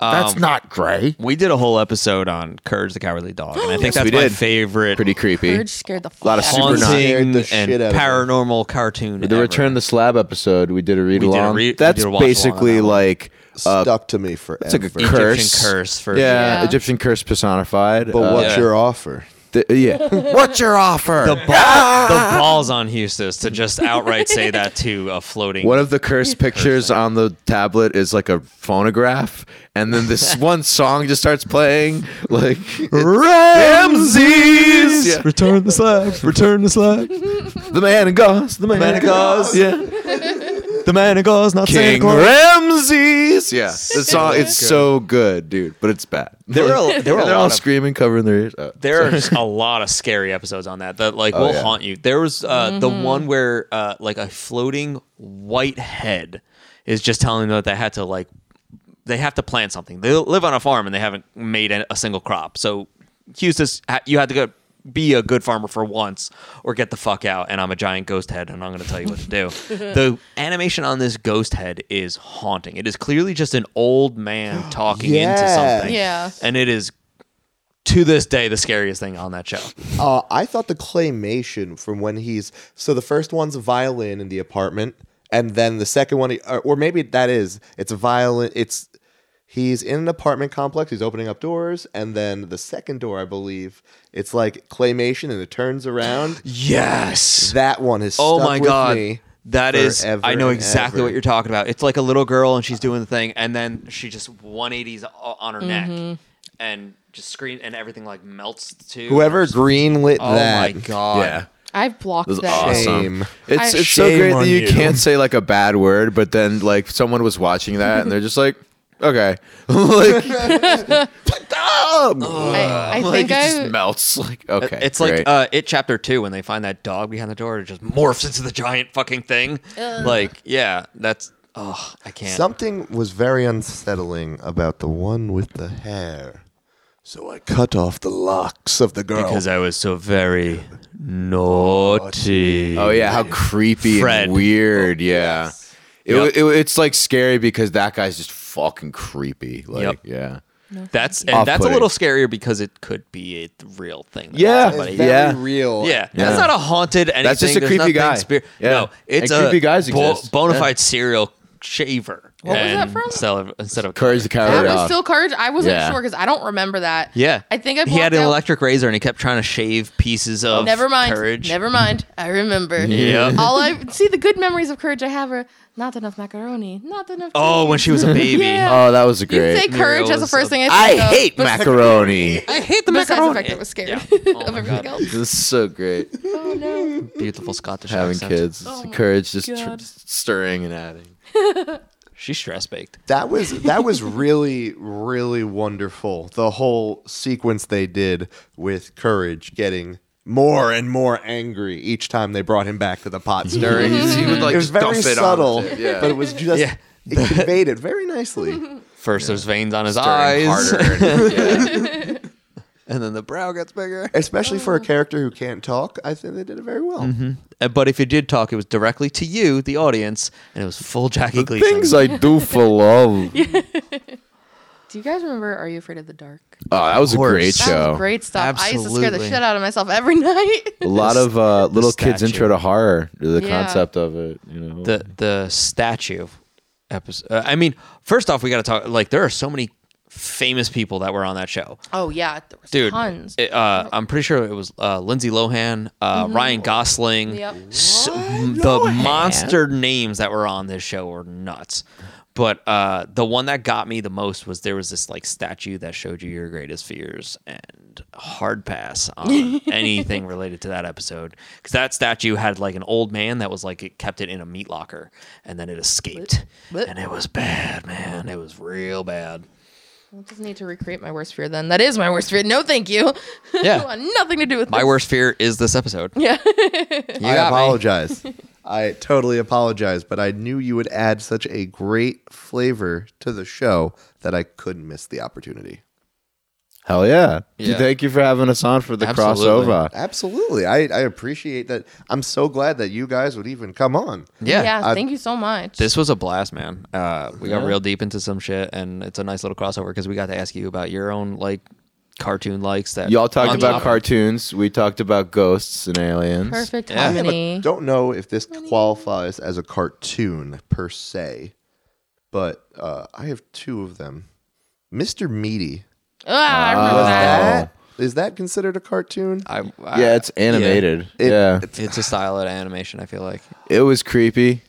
S4: that's not gray.
S3: we did a whole episode on Courage the Cowardly Dog, and
S2: [gasps]
S3: I think
S4: Yes, we
S3: that's my
S4: did.
S3: favorite
S4: Pretty creepy.
S1: Purge scared the fuck
S4: Lot of
S1: out
S4: super
S1: me.
S2: Haunted. Scared
S3: haunting
S2: the
S3: and
S2: shit out of me.
S3: paranormal cartoon.
S4: The
S3: ever.
S4: Return the Slab episode, we did a read
S3: did a
S4: along.
S3: re- we
S4: That's
S3: did a watch along
S4: basically
S3: on that one.
S4: like
S2: stuck to me forever.
S4: Uh, it's like a
S3: Egyptian
S4: curse.
S3: curse for-
S4: yeah,
S1: Yeah.
S4: Egyptian curse personified.
S2: but
S4: Uh,
S2: what's
S3: Yeah.
S2: your offer?
S4: th- yeah, [laughs] what's your offer?
S3: the, ball,
S2: [laughs]
S3: [laughs] the balls on Hustis to just outright say that to a floating.
S4: one of the [laughs] curse pictures on the tablet is like a phonograph, and then [laughs] this one song just starts playing, like Ramses, Yeah.
S3: Return the slab. Return the slab.
S4: [laughs] the man in gauze, the man, in gauze, yeah,
S3: The man in gauze, not
S4: King Ramses, yeah. The song it's so good, dude, but it's bad.
S3: There were a- there were a
S4: [laughs] they're all
S3: lot of-
S4: screaming, covering their ears. Uh,
S3: There are [laughs] just a lot of scary episodes on that that like will
S4: yeah.
S3: haunt you. There was uh, the one where uh, like a floating white head is just telling them that they had to like they have to plant something. They live on a farm and they haven't made a a single crop. So Hustis, ha- you had to go be a good farmer for once or get the fuck out and I'm a giant ghost head and I'm going to tell you what to do. the animation on this ghost head is haunting. It is clearly just an old man talking into
S2: Yes.
S3: something.
S1: Yeah.
S3: And it is to this day the scariest thing on that show.
S2: Uh, I thought the claymation from when he's so the first one's a violin in the apartment, and then the second one, or, or maybe that is it's a violin. It's he's in an apartment complex. He's opening up doors, and then the second door, I believe, it's like claymation, and it turns around.
S3: Yes.
S2: that one has.
S3: Oh
S2: stuck
S3: my
S2: with
S3: god.
S2: me
S3: That is
S2: forever
S3: I know
S2: and
S3: exactly
S2: ever.
S3: what you're talking about. It's like a little girl and she's doing the thing and then she just 180s o- on her
S1: Mm-hmm.
S3: neck and just scream and everything like melts too.
S2: Whoever greenlit
S3: Oh
S2: that.
S3: my god.
S4: yeah.
S1: I've blocked
S4: It was
S1: that.
S4: awesome.
S2: Shame.
S4: It's
S1: I-
S4: it's so
S2: Shame
S4: great that
S2: on
S4: you,
S2: you.
S4: can't say like a bad word, but then like someone was watching that and they're just like, okay, [laughs] like, like, oh,
S1: I, I
S4: like it
S1: think
S4: just
S1: I
S4: melts. Like okay,
S3: It's like
S4: great.
S3: uh, it chapter two when they find that dog behind the door, it just morphs into the giant fucking thing. Like, yeah, that's oh, I can't.
S2: Something was very unsettling about the one with the hair. So I cut off the locks of the girl.
S3: because I was so very naughty.
S4: oh yeah, how creepy
S3: Fred.
S4: and weird. Yeah, it,
S3: Yep.
S4: it, it's like scary because that guy's just fucking creepy.
S3: Yep.
S4: Like yeah,
S3: That's and that's a
S4: Off-putting.
S3: little scarier because it could be a real thing. that
S4: Yeah.
S2: It's
S3: somebody-
S2: very
S4: Yeah.
S2: real.
S3: yeah. That's not a haunted anything.
S4: That's just a
S3: There's
S4: creepy
S3: nothing
S4: guy.
S3: spir-
S4: Yeah.
S3: No, it's
S4: And
S3: a
S4: creepy guys
S3: bo-
S4: exist.
S3: bona
S4: Yeah.
S3: fide serial shaver.
S1: What was that
S3: and
S1: from?
S3: Instead of, instead of
S4: Courage the
S1: that
S4: Cowardly
S1: was
S4: Dog.
S1: still courage. I wasn't
S4: Yeah.
S1: sure because I don't remember that.
S3: uh, Yeah,
S1: I think I
S3: he
S1: blocked
S3: had an
S1: out- Oh,
S3: electric razor and he kept trying to shave pieces of
S1: Never mind.
S3: courage.
S1: Never mind. I remember.
S3: Yeah.
S1: All I see the good memories of courage I have are not enough macaroni, not enough.
S3: Oh, when she was a baby.
S1: Yeah.
S4: oh, that was a
S1: you
S4: great.
S1: say courage as the
S3: Muriel's
S1: first
S3: a-
S1: thing I
S4: I
S1: think of,
S4: hate
S1: bes-
S4: macaroni.
S3: I hate the
S1: Besides the
S3: macaroni.
S1: fact that I was scared [laughs]
S3: Yeah. Oh
S1: of
S3: my
S1: everything
S3: god,
S1: else.
S4: this is so great.
S1: Oh no.
S3: beautiful Scottish
S4: Having
S3: accent.
S4: kids,
S1: my
S4: courage, just tr-
S1: God.
S4: stirring and adding.
S3: She's stress baked.
S2: That was that was really really wonderful. The whole sequence they did with courage getting more and more angry each time they brought him back to the pot stirring.
S4: He would, like,
S2: it was
S4: just
S2: very
S4: dump it
S2: subtle,
S4: onto it, yeah.
S2: but it was just
S3: Yeah.
S2: it conveyed it very nicely.
S3: First, there's veins on his
S4: Stirring
S3: eyes, [laughs]
S4: harder. yeah.
S3: and then the brow gets bigger.
S2: Especially
S3: Oh.
S2: for a character who can't talk, I think they did it very well.
S3: Uh, But if you did talk, it was directly to you, the audience, and it was full Jackie Gleason.
S4: [laughs] Things I do for love.
S1: Do you guys remember Are You Afraid of the Dark?
S4: Oh, that was a
S3: course.
S4: great
S1: That was
S4: show.
S1: great stuff. I used to scare the
S3: Absolutely.
S1: shit out of myself every [laughs] night.
S4: A lot of uh, little kids
S3: statue.
S4: intro to horror, the
S1: Yeah.
S4: concept of it, you know.
S3: the the statue episode. Uh, I mean, first off, we got to talk. Like, there are so many famous people that were on that show,
S1: oh yeah, there was
S3: dude.
S1: tons.
S3: it, uh, I'm pretty sure it was uh, Lindsay Lohan, uh, Ryan Gosling.
S1: Mm-hmm. Yep.
S3: So, the monster names that were on this show were nuts. But uh, the one that got me the most was there was this like statue that showed you your greatest fears and hard pass
S1: [laughs]
S3: on anything related to that episode because that statue had like an old man that was like it kept it in a meat locker and then it escaped and it was bad man it was real bad
S1: [laughs] I just need to recreate my worst fear. Then that is my worst fear. No, thank you. [laughs]
S3: Yeah.
S1: I want nothing to do with
S3: my
S1: this.
S3: worst fear is this episode
S1: Yeah.
S2: I
S3: got me. [laughs]
S2: apologize. I totally apologize, but I knew you would add such a great flavor to the show that I couldn't miss the opportunity.
S4: Hell yeah.
S3: Yeah.
S4: Thank you for having us on for the
S3: Absolutely.
S4: crossover.
S2: Absolutely. I, I appreciate that. I'm so glad that you guys would even come on.
S1: yeah.
S2: I-
S1: thank you so much.
S3: This was a blast, man. Uh, we got real deep into some shit, and it's a nice little crossover because we got to ask you about your own like cartoon likes that
S4: Y'all talked
S3: on
S4: about
S3: top-
S4: cartoons. We talked about ghosts and aliens.
S1: Perfect
S3: Yeah.
S1: harmony.
S2: Don't know if this qualifies as a cartoon per se, but uh, I have two of them. Mr. Meaty.
S1: Ah, I remember
S4: Oh.
S1: that.
S2: That, is that considered a cartoon?
S3: I, I-
S4: Yeah, it's animated.
S2: It-
S4: yeah.
S3: it's a style of animation. I feel like
S4: It was creepy.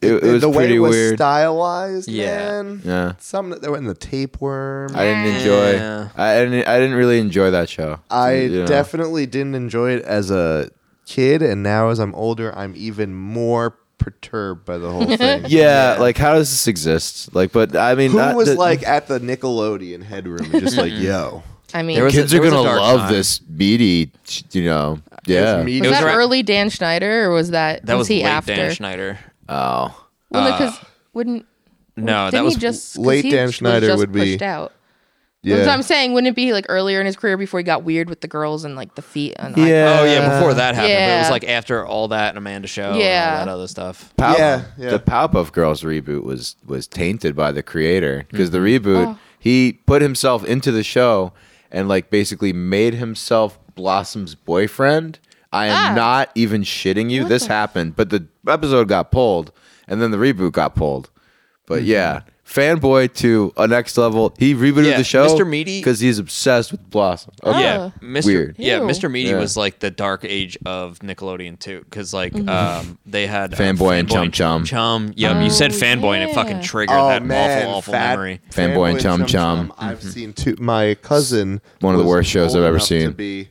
S4: It, it was
S2: the way
S4: pretty
S2: it was
S4: weird.
S2: stylized,
S3: Yeah.
S2: man.
S4: Yeah.
S2: Some that were in the tapeworm.
S4: I didn't enjoy.
S3: Yeah.
S4: I didn't. I didn't really enjoy that show.
S2: I
S4: You know.
S2: definitely didn't enjoy it as a kid, and now as I'm older, I'm even more perturbed by the
S3: [laughs]
S2: whole thing.
S4: Yeah, like how does this exist? Like, but I mean,
S2: Who
S4: not-
S2: was
S4: the-
S2: like at the Nickelodeon headroom and just
S3: [laughs]
S2: like, yo,
S1: I mean,
S3: There was-
S1: was,
S4: kids are
S3: there a
S4: gonna
S3: dark
S4: love
S3: time.
S4: this meaty, you know?
S2: it
S4: Yeah.
S2: was me-
S3: It was
S1: that
S3: around-
S1: early Dan Schneider or was that
S3: that was,
S1: he
S3: late
S1: after?
S3: Dan Schneider.
S4: Oh,
S1: Well, because wouldn't
S3: No,
S1: didn't
S3: uh, that was
S1: he just 'cause
S2: late
S1: he
S2: Dan
S1: was
S2: Schneider
S1: just
S2: would be-
S1: pushed out. That's what I'm saying. Wouldn't it be like earlier in his career before he got weird with the girls and like the feet and like,
S4: Yeah.
S3: Oh yeah, before that happened, but it was
S1: Yeah.
S3: like after all that and Amanda show, and
S1: Yeah.
S3: all that other stuff.
S4: Pow-
S2: Yeah, yeah.
S4: The Powerpuff Girls reboot was was tainted by the creator because the
S3: Mm-hmm.
S4: reboot he put himself into the show and like basically made himself Blossom's boyfriend. I am not even shitting you. this happened, but the episode got pulled, and then the reboot got pulled. But
S3: Mm-hmm.
S4: yeah, fanboy to a next level. He rebooted
S3: Yeah,
S4: the show,
S3: Mr. Meaty-
S4: because he's obsessed with Blossom. Okay.
S3: Yeah, Mr.
S4: Weird.
S3: Yeah,
S1: Ew.
S3: Mr. Meaty
S4: Yeah.
S3: was like the dark age of Nickelodeon too, because like
S1: Mm-hmm.
S3: um, they had uh,
S4: Fanboy and Chum Chum. Oh,
S3: Chum. Yep, you said fanboy and it fucking
S1: Oh, yeah.
S3: triggered that awful, awful
S2: Oh, Fat-
S3: memory.
S4: Fanboy and Chum Chum. Mm-hmm.
S2: I've seen two. My cousin,
S4: One of the
S2: was
S4: worst shows
S2: old
S4: I've ever
S2: enough To
S4: seen.
S2: be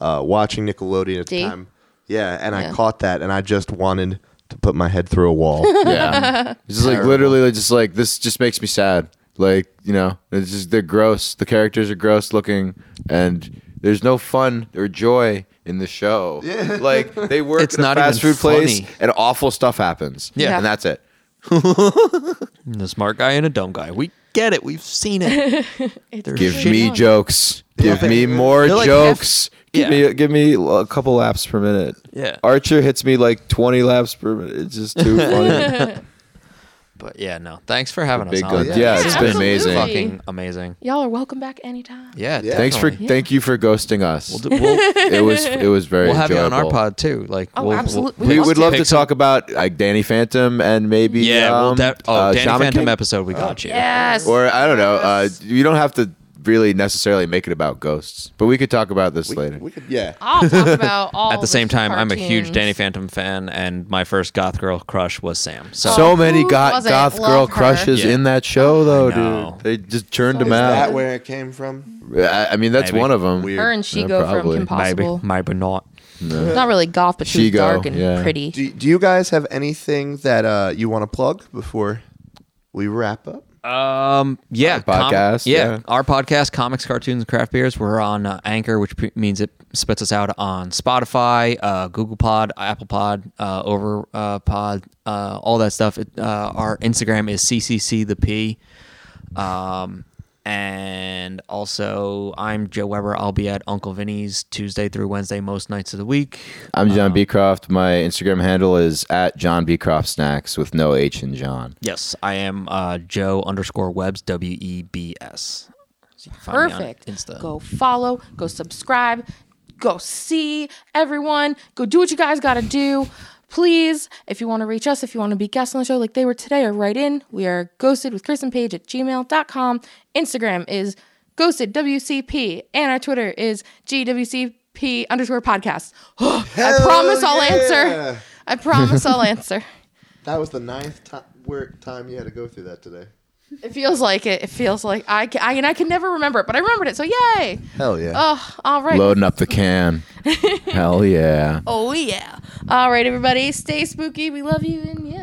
S2: uh, watching Nickelodeon at the
S1: See?
S2: time. Yeah, and I
S1: Yeah.
S2: caught that, and I just wanted to put my head through a
S4: [laughs]
S2: wall.
S3: [laughs]
S4: Yeah. It's just like literally like, just like this just makes me sad. Like, you know, it's just they're gross. The characters are gross looking and there's no fun or joy in the show. Yeah. Like they work
S3: It's
S4: at
S3: not
S4: a fast
S3: even
S4: food place
S3: funny.
S4: and awful stuff happens.
S1: Yeah.
S4: And that's it.
S3: The smart guy and a dumb guy. We get it. We've seen
S1: [laughs]
S3: it. They're
S4: Give
S3: shitty.
S4: me jokes. Give me more
S3: They're like
S4: jokes.
S3: half-
S4: give me give me a couple laps per minute.
S3: Yeah.
S4: Archer hits me like 20 laps per minute. It's
S3: [laughs]
S4: just too funny.
S3: But yeah, no. Thanks for having us
S4: Big
S3: on.
S4: guns. Yeah, it's been
S1: Absolutely.
S4: amazing.
S3: Fucking amazing.
S1: y'all are welcome back anytime.
S3: Yeah.
S4: Thanks for
S3: definitely.
S4: thank you for ghosting us.
S3: We'll, do-
S1: [laughs]
S3: we'll,
S4: it was it was very
S3: we'll have you on our
S4: enjoyable.
S3: pod too. Like,
S1: Oh,
S3: we'll,
S1: absolutely.
S4: We would love to
S3: Pick
S4: talk about like Danny Phantom and maybe
S3: Yeah. we'll
S4: um,
S3: de- oh,
S4: uh,
S3: Danny
S4: Shaman
S3: Phantom
S4: King.
S3: episode. We got you.
S1: Yes.
S4: or I don't know. Uh, you don't have to really necessarily make it about ghosts, but we could talk about this later.
S2: we could, yeah.
S1: I'll talk
S3: [laughs]
S1: about all
S3: At the same time, I'm a huge
S1: cartoons.
S3: Danny Phantom fan, and my first goth girl crush was Sam. So,
S4: so
S1: Oh,
S4: many
S1: who
S4: got
S1: wasn't?
S4: goth
S1: Love
S4: girl
S1: her.
S4: crushes
S3: Yeah.
S4: in that show, though,
S3: know.
S4: dude. They just churned
S2: Is
S4: them
S2: that
S4: out.
S2: where it came from?
S4: I, I mean, that's
S3: Maybe.
S4: one of them.
S2: Weird.
S1: Her and Shigo from
S4: probably.
S1: Kim Oh, Possible.
S3: maybe, maybe not.
S1: Not really goth, but she was
S4: Shigo,
S1: dark and
S4: yeah.
S1: pretty.
S2: Do, do you guys have anything that uh, you want to plug before we wrap up?
S3: Um, yeah,
S4: podcast,
S3: yeah.
S4: yeah.
S3: our podcast, comics, cartoons, and craft beers. We're on uh, Anchor, which pre- means it spits us out on Spotify, uh, Google Pod, Apple Pod, uh, Over uh, Pod, uh, all that stuff. It, uh, our Instagram is CCC the P. Um, and also, I'm Joe Weber. I'll be at Uncle Vinny's Tuesday through Wednesday, most nights of the week.
S4: I'm
S3: Uh-huh.
S4: John Beecroft. My Instagram handle is at John Beecroft Snacks with no H in John.
S3: Yes, I am uh, Joe underscore Webs W E B S. So you can find me on
S1: Perfect.
S3: Insta.
S1: Go follow, go subscribe, go see everyone, go do what you guys got to do. Please, if you want to reach us, if you want to be guests on the show like they were today, or write in. We are ghosted with Chris and Paige at gmail.com. Instagram is ghosted WCP, and our Twitter is GWCP underscore podcast. [gasps] I promise I'll
S2: yeah.
S1: answer. I promise I'll answer.
S2: That was the ninth time where time you had to go through that today.
S1: It feels like it. It feels like I, ca- I and I can never remember it, but I remembered it. So yay!
S2: Hell yeah.
S1: Oh, all right.
S4: Loading up the can.
S1: [laughs]
S4: Hell yeah.
S1: Oh yeah. All right, everybody, stay spooky. We love you, and yeah.